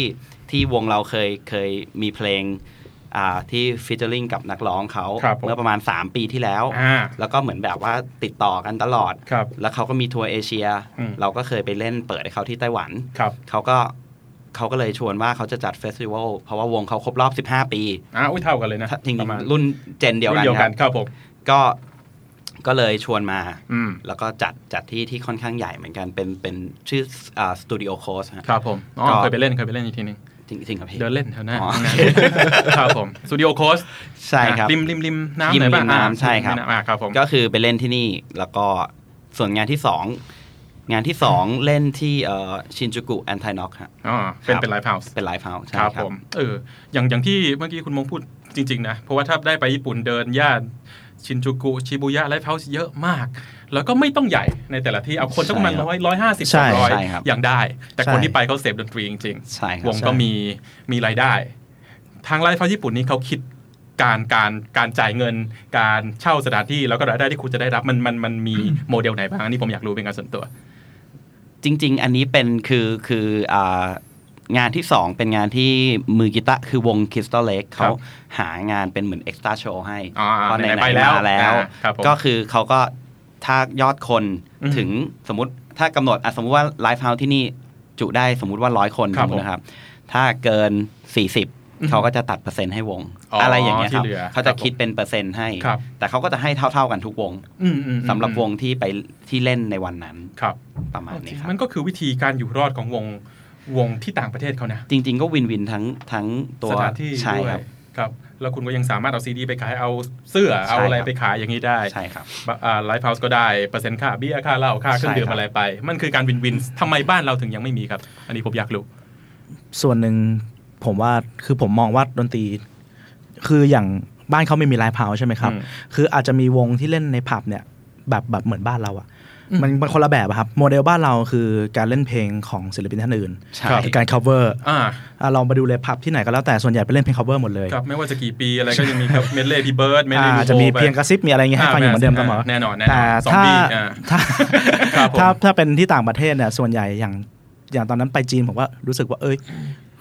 C: ที่วงเราเคยเคยมีเพลงอ่าที่ฟิชเชอร์ลิงกับนักร้องเขา
B: ครับผม
C: เมื่อประมาณ 3 ปีที่แล้ว
B: อ่า
C: แล้วก็เหมือนแบบว่าติดต่อกันตลอด
B: ครับ
C: แล้วเขาก็มีทัวร์เอเชีย
B: อืม
C: เราก็เคยไปเล่นเปิดให้เขาที่ไต้หวัน
B: ครับ
C: เขาก็เขาก็เลยชวนว่าเขาจะจัดเฟสติวัลเพราะว่าวงเขาครบรอบ 15 ปี
B: อ่าอุ้ยเท่ากันเลยนะ
C: ถ้าจริง
B: ประมาณ
C: ๆรุ่นเจนเดียวกั
B: รุ่
C: น
B: นเดียว
C: ค
B: กั
C: รั
B: น
C: บ
B: ครับผม
C: ก็ก็เลยชวนมา
B: อืม
C: แล้วก็จัดจัดที่ที่ค่อนข้างใหญ่เหมือนกันเป็นเป็นชื่อสตูดิโอโคสฮะ
B: ครับผมอ๋อ
C: ก็
B: เคยไปเล่นเคยไปเล่นอีกทีหนึง
C: จริงจริงครับพี่
B: เดินเล่นแถวหน้า
C: อ๋อ
B: ครับผมสตูดิโอโคส
C: ใช่ครับ
B: ริมริมริมน้ำ
C: ริม
B: ไหนบ้าง
C: ริมน้ำใช่ครับ
B: ริมน้ำอ่าครับผม
C: ก็คือไปเล่นที่นี่แล้วก็ส่วนงานที่สอง งานที่สองเล่นที่เอ่อชินจูกุแอนไทน็อกฮะ
B: อ๋อเป็น
C: ครับ
B: เป็นไลฟ์เฮาส์
C: เป็นไลฟ์เฮาส์ใช่
B: ครับ
C: ครั
B: ผ
C: บ
B: มเอออย่างอย่างที่เมื่อกี้คุณมงพูดจริง ๆ นะ เพราะว่าถ้าได้ไปญี่ปุ่นเดินย่านชินจูกุชิบุย่าไลฟ์เฮาส์เยอะมาก แล้วก็ไม่ต้องใหญ่ในแต่ละที่เอาคนสักประมาณ
C: ใช่ครับ
B: ร้อยร้อยห้าสิบ
G: ใช่
B: ร้อย
C: ใช่ครับ
B: อย่างได้ แต่
G: ใช่
B: คนที่ไปเขาเสพดนตรีจริง ๆ
C: ใช่ครับ
B: วงก็มีมีรายได้ ทางไลฟ์เฮาส์ญี่ปุ่นนี่เขาคิดการการการจ่ายเงิน การเช่าสถานที่แล้วก็รายได้ที่คุณจะได้รับมันมันมันมีโมเดลไหนบ้างอันนี้ผมอยากรู้เป็นการส่วนตัว
C: จริง ๆ อันนี้เป็นคือคืออ่างานที่สองเป็นงานที่มือกีตาร์คือวงคริสตัลเลก
B: ครั
C: เขา
B: บ
C: หางานเป็นเหมือนเอ็กซ์ต s ้าโชว์ให้
B: อ่า
C: เพราะไหน
B: ไหนๆไป
C: ๆ
B: แล้ว
C: มาแล้ว
B: อ่าครับผม
C: ก็คือเขาก็ถ้ายอดคน
B: อืม
C: ถึงสมมติถ้ากำหนดอ่ะสมมติว่าไลฟ์เฮาส์ที่นี่จุได้สมมติว่าร้อยคน
B: ครับผม
C: นะครับ ถ้าเกิน 40 เขาก็จะตัดเปอร์เซ็นต์ให้วง
B: อ๋ออ
C: อะไรอย่างเงี้ยครับ
B: ที่เหลือ
C: เขา
B: ครั
C: จะ
B: บผม
C: คิดเป็นเปอร์เซ็นต์ให้
B: ครับ
C: แต่เขาก็จะให้เท่า ๆกันทุกวง
B: อืมอืม
C: สำหรับวงที่ไปที่เล่นในวันนั้น
B: ครับ
C: ประมาณนี้ครับ
B: มันก็คือวิธีการอยู่รอดของวงวงที่ต่างประเทศเขานะ
C: จริง ๆ ก็วินวินทั้งทั้งตัว
B: สถานที่
C: ใช่
B: ด้วย
C: ครับ
B: ครับ แล้วคุณก็ยังสามารถเอาซีดีไปขายเอาเสื้อเอาอะไร
C: ใช่ครับ
B: ไปขายอย่างนี้ได้
C: ใช่ครับ
B: ไลฟ์เฮาส์ก็ได้เปอร์เซ็นต์ค่าเบี้ยค่าเหล้าค่าเครื่องดื่ม
C: ใช่ครับ
B: อะไรไป มันคือการวินวินทำไมบ้านเราถึงยังไม่มีครับ อันนี้ผมอยากรู้
G: ส่วนหนึ่งผมว่าคือผมมองว่าดนตรี คืออย่างบ้านเขาไม่มีไลฟ์เฮาส์ใช่ไหมครับ
B: อืม
G: คืออาจจะมีวงที่เล่นในผับเนี่ยแบบแบบเหมือนบ้านเราอะมันมันคนละแบบอะครับ โมเดลบ้านเราคือการเล่นเพลงของศิลปินท่านอื่น
C: ใช่
B: ครับ
G: คือการ cover
B: อ่า
G: อ่ะลองไปดูเลยผับที่ไหนก็แล้วแต่ส่วนใหญ่ไปเล่นเพลง cover หมดเลย
B: ครับไม่ว่าจะกี่ปีอะไรก็ยังมีครับ เมดเลดีเบิร์ดเมดเล
G: อ่า
B: ดี
G: จะมีเพียงกระซิบมีอะไรเงี้ยให้ฟังอยู่เหมือนเดิมเสมอ
B: แน่นอนแน่น
G: แต่
B: อนสอง
G: ถ้า
B: ปีอ่า
G: ถ้า
B: ครับผม
G: ถ้าถ้าเป็นที่ต่างประเทศเนี่ยส่วนใหญ่อย่างอย่างตอนนั้นไปจีนผมว่ารู้สึกว่าเอ้ย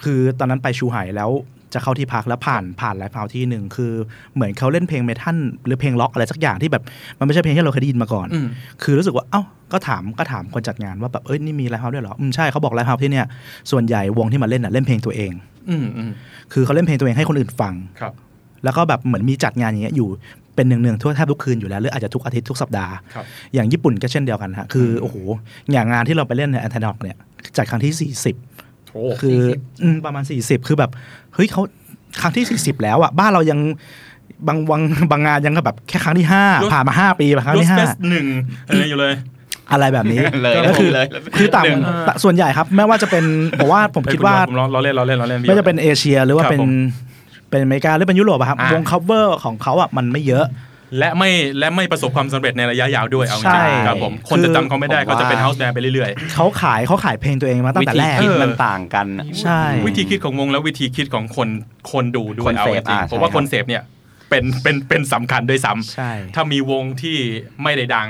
G: คือตอนนั้นไปชูไห่แล้วจะเข้าที่พักแล้วผ่านผ่านไลฟ์เฮาส์ที่หนึ่งคือเหมือนเขาเล่นเพลงเมทัลหรือเพลงล็อกอะไรสักอย่างที่แบบมันไม่ใช่เพลงที่เราเคยได้ยินมาก่อน
B: อืม
G: คือรู้สึกว่าเอ้าก็ถามก็ถามคนจัดงานว่าแบบเอ้ยนี่มีไลฟ์เฮาส์ด้วยเหรออืมใช่เขาบอกไลฟ์เฮาส์ที่เนี่ยส่วนใหญ่วงที่มาเล่นน่ะเล่นเพลงตัวเอง
B: อืมอืม
G: คือเขาเล่นเพลงตัวเองให้คนอื่นฟัง
B: ครับ
G: แล้วก็แบบเหมือนมีจัดงานอย่างเงี้ยอยู่เป็นเนืองๆทั่วแทบทุกคืนอยู่แล้วหรืออาจจะทุกอาทิตย์ทุกสัปดาห์
B: ครับ
G: อย่างญี่ปุ่นก็เช่นเดียวกันฮะคือโอ้โหอย่างงานที่เราไปเล่นในแอนทนอกเนี่ยจัดครั้งที่ 40
B: โอ้
G: คืออืมประมาณ 40 คือแบบเฮ้ยเขาครั้งที่ 40 แล้วอ่ะบ้านเรายังบางวังบางงานยังแบบแค่ครั้งที่ 5 ผ่านมา 5 ปีครั้ง
B: ลูส
G: ที่
B: เปซหนึ่งอะไรอยู่เลย
G: 5 อะไรแบบ นี้
C: เลย
G: ก็คือ
C: เลย
G: คือต่าง
B: หนึ่ง
G: ส่วนใหญ่ครับไม่ว่าจะเป็นผมว่าผมคิดว่า
B: เอ้ยผมล้อล้อเล่นล้อเล่นล้อเล่น
G: ไม่ว่าจะเป็นเอเชียหรือว่า
B: ครับ
G: เป็น
B: ผม
G: เป็นอเมริกาหรือเป็นยุโรปอะครับ
B: อ่า
G: วง cover ของเขาอ่ะมันไม่เยอะ
B: และไม่และไม่ประสบความสำเร็จในระยะยาวด้วยเอาจ
G: ใช่
B: ริงๆครับผมคน
G: คือ
B: จะจำเขาไม่ได้
C: ผม
B: เขา
C: ว่า
B: จะเป็นเฮาส์แบนไปเรื่อย
G: เขาขายเขาขายเพลงตัวเองมาตั้ง
C: วิ
G: แต่
C: ธี
G: แรก
C: คิดมันต่างกัน
G: ใช่
B: ๆ วิธีคิดของวงและวิธีคิดของคนคนดูด้ว
C: ค
B: ย
C: น
B: เอา
C: เส
B: จ
C: พ
B: ริงๆ
C: อ่า
B: เพราะว่า
C: ใช่
B: คนเสพเนี่ยเป็นเป็นเป็นสำคัญด้วยซ้ำ
G: ใช่
B: ถ้ามีวงที่ไม่ได้ดัง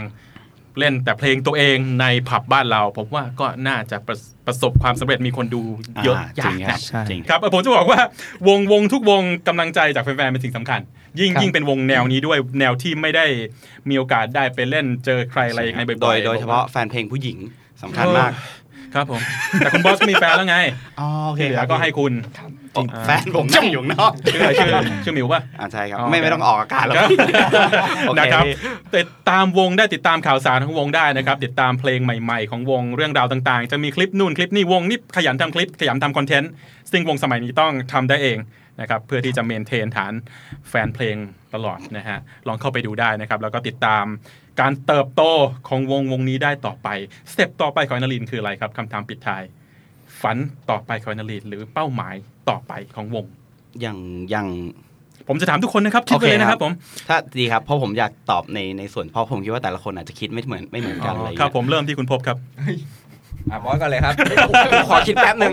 B: เล่นแต่เพลงตัวเองในผับบ้านเรา ผมว่าก็น่าจะประสประสบความสำเร็จมีคนดูเยอะ
C: จริง
B: ยาก
C: ครั
B: นะ
C: บ
G: ใช่
C: จริง
B: ครับเออผมจะบอกว่าวงวงทุกวงกำลังใจจากแฟนๆเป็นสิ่งสำคัญ ยิ่ง
G: ครับ
B: ยิ่งเป็นวงแนวนี้ด้วยแนวที่ไม่ได้มีโอกาสได้ไปเล่นเจอใครอะไรยังไงบ่อยๆ
C: โดยโดย
B: ผ
C: เฉ
B: ม
C: พาะแฟนเพลงผู้หญิงสำคัญมาก
B: ครับผม แต่คุณบอสมีแฟนแล้วไง
C: อ๋อโอเค
B: ที่เหลื
C: ค
B: อ
C: รับ
B: ก็ให้คุณ
C: แฟนผมนั่งอยู่ข้างนอก
B: ชื่ออะไรชื่อชื่อหมิวป่ะ
C: อ่าใช่ครับ
B: อ๋อ
C: ไม่
B: โอเค
C: ไม่ต้องออกอากาศแล้ว โอเค
B: นะครับ
C: พี่
B: ติดตามวงได้ติดตามข่าวสารของวงได้นะครับ ติดตามเพลงใหม่ๆ ของวงเรื่องราวต่างๆ จะมีคลิปนู่นคลิปนี่วงนี่ขยันทำคลิปขยันทำคอนเทนต์ซึ่งวงสมัยนี้ต้องทำได้เองนะครับเพื่อที่จะเมนเทนฐานแฟนเพลงตลอดนะฮะลองเข้าไปดูได้นะครับ แล้วก็ติดตามการเติบโตของวงวงนี้ได้ต่อไปสเต็ปต่อไปของนลินทร์คืออะไรครับคำถามปิดท้ายฝันต่อไปของนลินทร์หรือเป้าหมายต่อไปของวง
C: อย่างอย่าง
B: ผมจะถามทุกคนนะครับคิดไปเลยนะครับผม
C: ถ้าดีครับเพราะผมอยากตอบในในส่วนเพราะผมคิดว่าแต่ละคนอาจจะคิดไม่เหมือนไม่เหมือนกันอะไรอย่าง
B: ครับ
C: เงี้ย
B: ผมเริ่มที่คุณพบครับ
E: อ่ะบอสก่อนเลยครับ
H: ขอคิดแป๊บหนึ่ง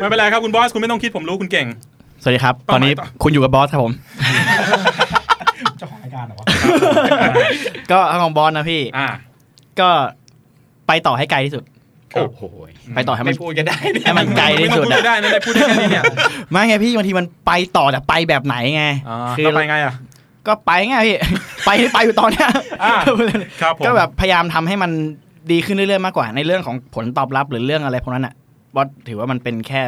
B: ไม่เป็นไรครับคุณบอสคุณไม่ต้องคิดผมรู้คุณเก่ง
F: สวัสดีครับ ตอนนี้
B: ต่อ
F: คุณอยู่กับบอสครับผม
G: เจ้าของรายการเหรอวะ
F: ก็ถ้าของบอสนะพี่
B: อ่า
F: ก็ไปต่อให้ไกลที่สุด
C: โอ้โห
F: ไปต่อให้มัน
E: ไม่พูดก็ได้เนี่ย
F: ให้มันไกลที่สุด
B: ไม่ต้องพูด
F: อะ
B: ไม่ได้นะได้พูดได้แค่นี้เนี่ย
F: ไม่ไงพี่บางทีมันไปต่อแต่ไปแบบไหนไง คือ
B: เราไปไงอ่ะ
F: ก็ไปไงพี่ ไปไปอยู่ตอนเนี้ย
B: อ่า ครับผม
F: ก็แบบพยายามทำให้มันดีขึ้นเรื่อยๆมากกว่า ในเรื่องของผลตอบรับหรือเรื่องอะไรพวกนั้นอ่ะบอสถือว่ามันเป็นแค่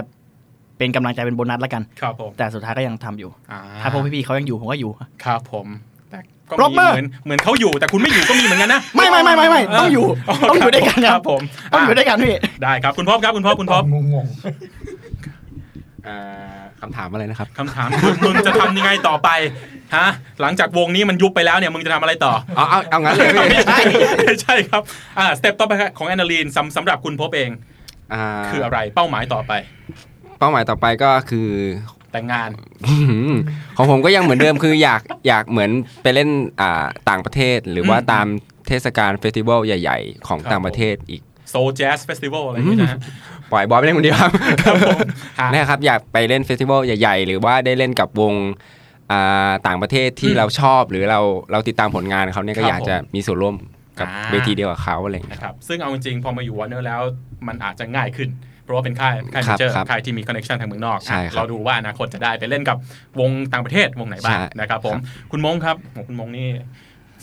F: เป็นกำลังใจเป็นโบนัสละกัน
B: ครับผม
F: แต่สุดท้ายก็ยังทำอยู่
B: อ่
F: ถ้าพวกพี่ๆเขายังอยู่ผมก็อยู่
B: ครับผมแต่ก็
F: ปรบ
B: มี
F: มือ
B: เหมือนเหมือนเขาอยู่แต่คุณไม่อยู่ก็มีเหมือนกันนะ
F: ไม่ไม่ไม่ไม่ไม่ ต้อง อยู่ต้องอยู่ด้วยกัน
B: ค
F: ค
B: รั
F: รั
B: บบ ผม
F: ต้องอยู่ด้วยกันพี่
B: ได้ครับคุณพบครับคุณพบคุณพบ
D: งง
H: อ่าคำถามอะไรนะครับ
B: คำถามคือมึงจะทำยังไงต่อไปฮะหลังจากวงนี้มันยุบไปแล้วเนี่ยมึงจะทำอะไรต่อ
H: เอาเอาเอางั้นเลยพี่
B: ไม่ใช่ไม่ใช่ครับอ่าสเต็ปต่อไปของแอนนาลีนสำสำหรับคุณพบเอง
H: อ่า
B: คืออะไรเป้าหมายต่อไป
H: เป้าหมายต่อไปก็คือ
B: แต่งงาน
H: ของผมก็ยังเหมือนเดิมคืออยากอยากเหมือนไปเล่นอ่าต่างประเทศ หรือว่าตามเทศกาลเฟสติวัลใหญ่ ๆ ของ
B: ครับ
H: ต่างประเทศอีก
B: โซลแจ๊สเฟสติวัลอะไรอย่างเงี้ยนะฮะ
H: ปล่อยบอยไปเล่นคนเดียวครับ
B: ครับผมฮะ
H: นะครับอยากไปเล่นเฟสติวัลใหญ่ๆ หรือว่าได้เล่นกับวงอ่าต่างประเทศที่เราชอบหรือเราเราติดตามผลงานเขาเนี่ยก็อยากจะมีส่วนร่วมกับ
B: อ่า
H: เวทีเดียวกับเขาอะไรอย่างเงี้ย
B: นะครับซึ่งเอาจริงๆ พอมาอยู่วอร์เนอร์แล้วมันอาจจะง่ายขึ้น เพราะว่าเป็นค่ายค่ายเมเจอร์
H: ครับ
B: ค่ายที่มีคอนเนคชันทางเมืองนอก
H: ใช่ครับ
B: เราดูว่าอนาคตจะได้ไปเล่นกับวงต่างประเทศวงไหนบ้าง
H: ใช่
B: นะครับผมคุณมงครับโหคุณมงนี่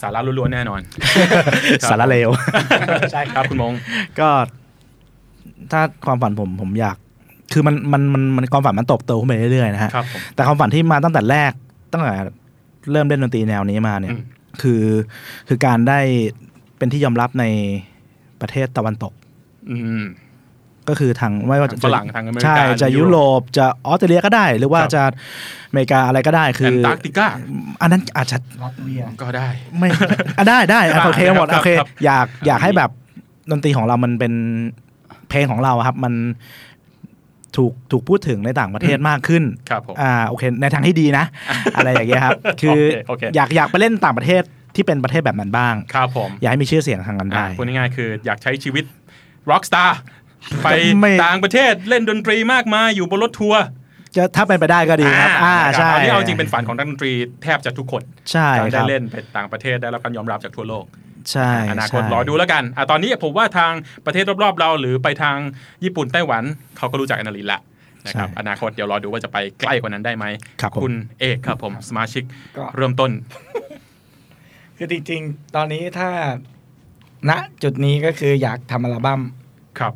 B: สาระล้วนๆแน่นอน
G: สาระเลว
B: ใช่ครับคุณมง
G: ก็ถ้าความฝันผมผมอยาก คือมันมันมันมันความฝันมันโตบโตขึ้นไปเรื่อยๆนะฮะ
B: ครับผม
G: แต่ความฝันที่มาตั้งแต่แรกตั้งแต่เริ่มเล่นดนตรีแนวนี้มาเนี่ย
B: อืม
G: คือคือการได้เป็นที่ยอมรับในประเทศตะวันตก
B: อืม
G: ก็คือทางไม่ว่าจะ
B: ฝรั่งทางอเมริกา
G: ใช่จะ
B: หรือยุ
G: ยุ
B: โร
G: โร
B: ป
G: ปจะออสเตรเลียก็ได้ หรือว่า
B: ครับ
G: จะอเมริกาอะไรก็ได้คือ
B: แอ
G: อน
B: ตาร์กติกา
G: อันนั้นอาจจะ
D: ลอตเวีย
B: ก็ได้
G: ไม่อ่ะได้ได้อ่ะ
B: ได้
G: โอเคหมด
B: ครับ
G: โอเค
B: ครับ
G: อยากอยาก
B: อันนี้
G: ให้แบบดนตรีของเรามันเป็นเพลงของเราอะครับ มันถูกถูกพูดถึงในต่างประเทศมากขึ้น
B: ครับผม
G: อ่าโอเค ในทางที่ดี นะ อะไรอย่างเงี้ยครับ คือ
B: โอเค
G: อยากอยากไปเล่นต่างประเทศที่เป็นประเทศแบบนั้นบ้าง
B: ครับผม
G: อยากให้มีชื่อเสียงทางกัน
B: อ่ะ
G: ได้
B: พูดง่ายๆคืออยากใช้ชีวิตร็อกสตาร์ไป
G: ไม่
B: ต่างประเทศเล่นดนตรีมากมายอยู่บนรถทัวร์
G: จะถ้าเป็นไปได้ก็ดีครับอ่า
B: นะ
G: ใช่
B: อันนี้เอาจริงเป็นฝันของนักดนตรีแทบจะทุกคน
G: ใช่
B: การ
G: ค
B: ได้
G: รับ
B: เล่นไปต่างประเทศได้รับการยอมรับจากทั่วโลก
G: ใช่
B: อนาคต
G: ใช่
B: รอดูแล้วกันอ่ะตอนนี้ผมว่าทางประเทศรอบๆเรา หรือไปทางญี่ปุ่นไต้หวันเขาก็รู้จักอนาลินละนะครับอนาคตเดี๋ยวรอดูว่าจะไปใกล้กว่านั้นได้ไหม
G: ครับผม
B: คุณเอกครับผมสมาชิก
D: ก็
B: เริ่มต้น
D: คือจริงๆ ตอนนี้ถ้าณจุดนี้ก็คืออยากทำอัลบั้ม
B: ครับ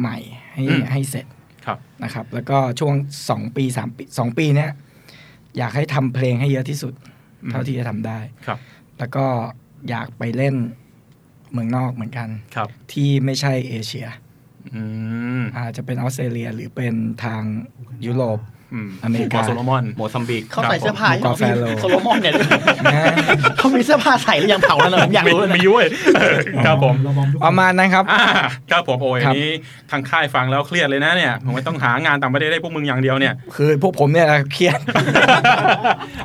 D: ใหม่ให้
B: อืม
D: ให้เสร็จ
B: ครับ
D: นะครับ แล้วก็ช่วงสองปีสามปีสองปีเนี้ยอยากให้ทำเพลงให้เยอะที่สุด เท่าที่จะทำได้
B: ครับ
D: แล้วก็อยากไปเล่นเมืองนอกเหมือนกัน
B: ครับ
D: ที่ไม่ใช่เอเชีย
B: อืม
D: อาจจะเป็นออสเตรเลียหรือเป็นทางยุโรป
B: อืม
D: อเมริกา
B: โซโลมอน
C: โมซัมบิก
F: เขาใส่เสื้อผ้า
D: ครับผม
F: ที่
D: หมู่เกาะแฟโล
F: โซโลมอนเนี่ย
D: นะ
F: เขามีเสื้อผ้าใส่หรือยังเผาแล้วนะผมอยากรู้เลยนะ
B: มีเว้ยเออครับผม
D: ประมาณนั้นครับ
B: อ่าครับผมโอ้ย
D: ครับ
B: นี้ทางค่ายฟังแล้วเครียดเลยนะเนี่ยผมว่าต้องหางานต่างประเทศได้พวกมึงอย่างเดียวเนี่ย
D: คือพวกผมเนี่ยนะเครียด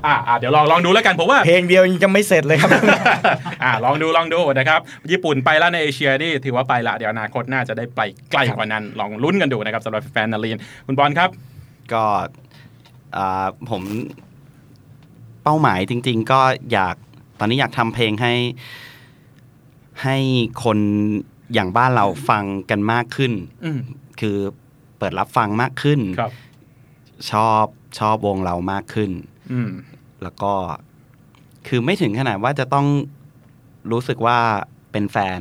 B: อ่าอ่าเดี๋ยวลองลองดูแล้วกันผมว่า
D: เพลงเดียวยังจะไม่เสร็จเลยครับ
B: อ่าลองดูลองดูนะครับญี่ปุ่นไปแล้วในเอเชียนี่ถือว่าไปละเดี๋ยวอนาคตน่าจะได้ไปใกล้กว่านั้น ลองลุ้นกันดูนะครับสำหรับแฟนนาลีนคุณบอลครับ
C: ก็อ่าผมเป้าหมายจริง ๆ ก็อยากตอนนี้อยากทำเพลงให้ให้คนอย่างบ้านเราฟังกันมากขึ้น
B: อืม
C: คือเปิดรับฟังมากขึ้น
B: ครับ
C: ชอบชอบวงเรามากขึ้น
B: อืม
C: แล้วก็คือไม่ถึงขนาดว่าจะต้องรู้สึกว่าเป็นแฟน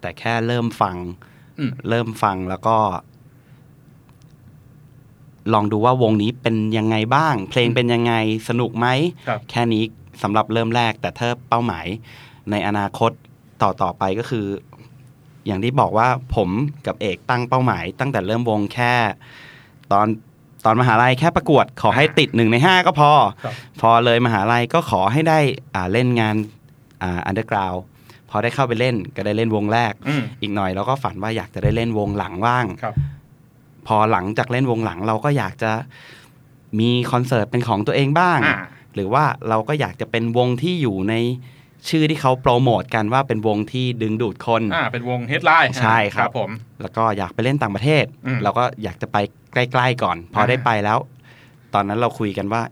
C: แต่แค่เริ่มฟัง
B: อืม
C: เริ่มฟังแล้วก็ ลองดูว่าวงนี้เป็นยังไงบ้าง เพลงเป็นยังไงสนุกไหม
B: ครับ
C: แค่นี้สำหรับเริ่มแรก แต่ถ้าเป้าหมายในอนาคตต่อต่อไปก็คือ อย่างที่บอกว่าผมกับเอกตั้งเป้าหมาย ตั้งแต่เริ่มวงแค่ ตอนตอนมหาลัยแค่ประกวด ขอให้ติดหนึ่งในห้าก็พอ
B: ครับ
C: พอเลยมหาลัยก็ขอให้ได้อ่าเล่นงานอันเดอร์กราวพอได้เข้าไปเล่นก็ได้เล่นวงแรก
B: อืม
C: อีกหน่อยเราก็ฝันว่าอยากจะได้เล่นวงหลังว่าง
B: ครับ
C: พอหลังจากเล่นวงหลังเราก็อยากจะมีคอนเสิร์ตเป็นของตัวเองบ้าง
B: อ่า
C: หรือว่าเราก็อยากจะเป็นวงที่อยู่ในชื่อที่เขาโปรโมทกันว่าเป็นวงที่ดึงดูดคน
B: อ่าเป็นวงเฮดไลน์
C: ใช่ครับ
B: ผม
C: แล้วก็อยากไปเล่นต่างประเทศ
B: อืม
C: เราก็อยากจะไปใกล้ๆก่อน พออา ได้ไปแล้ว ตอนนั้นเราคุยกันว่า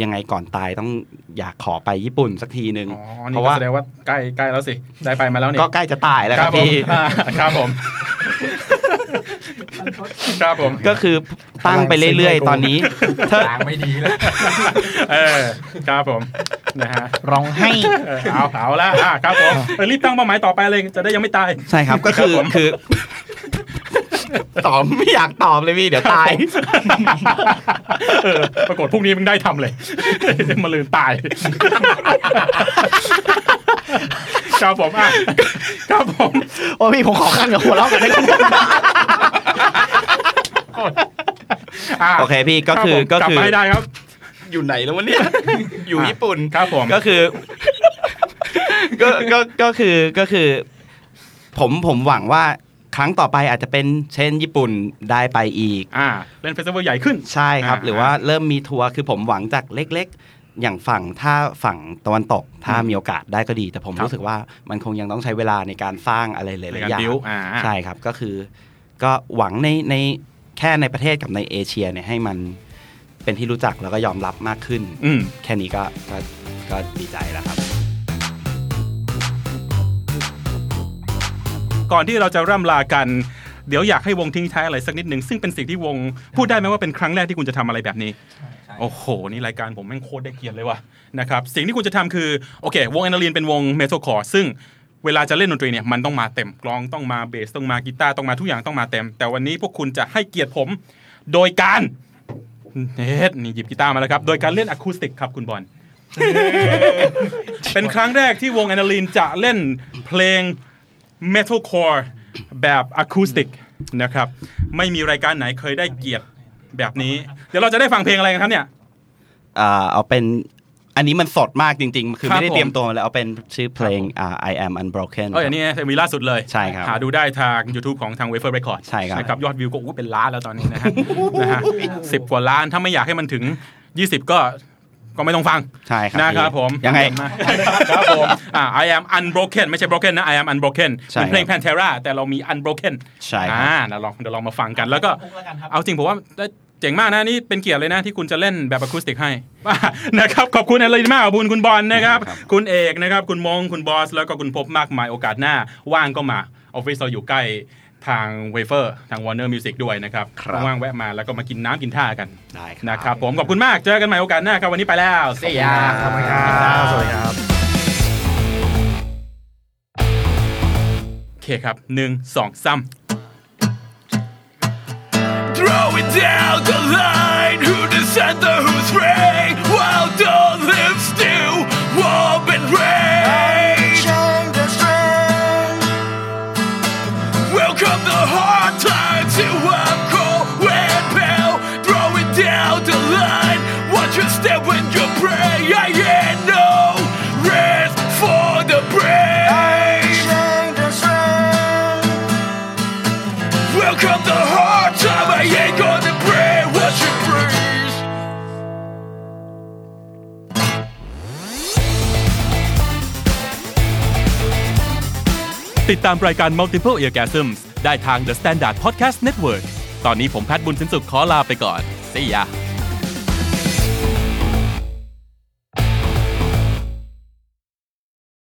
C: ยังไงก่อนตายต้องอยากขอไปญี่ปุ่นสักทีหนึ่ง
B: อ๋อ
C: เพ
B: นี่
C: ราะ
B: ก็
C: ว่า
B: แสดงว่าใกล้ใกล้แล้วสิได้ไปมาแล้วนี่
C: ก็ใกล้จะตายแล้ว
B: ค
C: ค
B: รั
C: รั
B: บบ ผม
C: พี่
B: อ่าครับผมครับผม
C: ก็คือตั้งไปเรื่อยๆ ตอนนี้ถ้า
H: ทางไม่ดีแล้ว
B: เออครับผมนะฮะ
F: ร้องให้
B: เออเอาเอาละอ่ะครับผมเออรีบตั้งเป้าหมายต่อไปเลยจะได้ยังไม่ตาย
C: ใช่ครับ ก็คือ
B: ครับผม
C: คือ ตอบไม่อยากตอบเลยพี่ เดี๋ยวตาย
B: เออปรากฏพรุ่งนี้มึงได้ทำเลย มาลืนตาย ครับผมอ่ะครับผม
F: โอ้พี่ผมขอขั้นกับหัวเราะกันได้ไหม
B: ะ
C: โอเคพี่ก็คือ
B: รับผมก
C: ก็
B: ลับ
C: คือ
B: มาให้ได้ครับ
C: อยู่ไหนแล้ววะเนี่ย อยู่ญี่ปุ่น
B: ครับผม
C: ก็คือ ก็ก็ก็คือก็คือ ผมผมหวังว่าครั้งต่อไปอาจจะเป็นเช่นญี่ปุ่นได้ไปอีก
B: อ่าเล่นเฟสติวัลใหญ่ขึ้น
C: ใช่ครับ
B: อ่า
C: หรือว่าเริ่มมีทัวร์คือผมหวังจากเล็ก ๆ อย่างฝั่งถ้าฝั่งตะวันตก ถ้ามีโอกาสได้ก็ดี แต่ผม
B: ครับ
C: รู้สึกว่ามันคงยังต้องใช้เวลาในการสร้างอะไรหลาย
B: ใน
C: ๆ
B: การ
C: อย่าง
B: build อ่า
C: ใช่ครับก็คือ ก็หวังในในแค่ในประเทศกับในเอเชียเนี่ยให้มันเป็นที่รู้จักแล้วก็ยอมรับมากขึ้น
B: อืม
C: แค่นี้ก็ก็ก็ดีใจแล้วครับ
B: ก่อนที่เราจะร่ำลากัน เดี๋ยวอยากให้วงทิ้งท้ายอะไรสักนิดหนึ่งซึ่งเป็นสิ่งที่วง พูดได้ไหมว่าเป็นครั้งแรกที่คุณจะทำอะไรแบบนี้ โอ้โห นี่รายการผมแม่งโคตรได้เกียรติเลยว่ะนะครับ สิ่งที่คุณจะทำคือ โอเค วงแอนนาลีนเป็นวงเมทัลคอร์ซึ่งเวลาจะเล่นดนตรีเนี่ยมันต้องมาเต็มกลองต้องมาเบสต้องมากีตาร์ต้องมาทุกอย่างต้องมาเต็ม แต่วันนี้พวกคุณจะให้เกียรติผมโดยการเฮ็ดนี่หยิบกีตาร์มาแล้วครับ โดยการเล่นอะคูสติกครับคุณบอล เป็นครั้งแรกที่วงแอนนาลีนจะเล่นเพลง Metalcore แบบอะคูสติกนะครับ ไม่มีรายการไหนเคยได้เกียรติแบบนี้ เดี๋ยวเราจะได้ฟังเพลงอะไรกันครับเนี่ย
C: อ่าเอาเป็นอันนี้มันสดมากจริง ๆ คือ
B: ครับ
C: ไม่ได้เตรียม
B: ผม
C: ตัวมาเลยเอาเป็นชื่อเพลงอ่า I am unbroken
B: เอออันนี้มีล่าสุดเลย
C: ใช่ครับ
B: หาดูได้ทาง YouTube ของทาง Wafer Record
C: ใช่ครับ
B: นะครับ ยอดวิวก็อู้เป็นล้านแล้วตอนนี้นะฮะ นะฮะสิบกว่าล้านถ้าไม่อยากให้มันถึง 20 ก็ก็ไม่ต้องฟัง
C: ใช่ครับ
B: นะครับ
C: พี่
B: ผม
C: ยังไง
B: ครับผมอ่า I am unbroken ไม่ใช่ broken นะ I am unbroken
C: ใช่
B: เป็นเพลง
C: ครับ
B: Pantera แต่เรามี unbroken
C: ใช่ครับ
B: อ่าเดี๋ยวลองเดี๋ยวลองมาฟังกันแล้วก็เอาจริงผมว่าเจ๋งมากนะนี่เป็นเกียรติเลยนะที่คุณจะเล่นแบบอะคูสติกให้ นะครับขอบคุณอะไรมากขอบคุณคุณบอลนะครับ คุณเอกนะครับ คุณมงคุณบอส แล้วก็คุณพบมากมายโอกาสหน้า ว่างก็มาออฟฟิศเราอยู่ใกล้ทางเวเฟอร์ทาง Warner Music ด้วยนะครับ
C: ครับ
B: ว่างๆแวะมาแล้วก็มากินน้ำกินท่ากัน
C: ได้
B: นะครับผมขอบคุณมากเจอกันใหม่โอกาสหน้าครับวันนี้ไปแล้วเสีย
C: ขอบคุณครับ
G: สวัสดีครับ
B: โอเคครับหนึ่งสองสาม
I: Throw it down the line. Who the center? Who's ray? While the lives still warm and rage. Welcome the hard times to up cold and pale. Throw it down the line. Watch your step when you pray. I ain't no rest for the brave. Welcome the hard time. I ain't gonna pray. Watch your praise.
B: ติดตามรายการ Multiple Orgasms ได้ทาง The Standard Podcast Network ตอนนี้ผมแพทย์บุญสินสุขขอลาไปก่อน See ya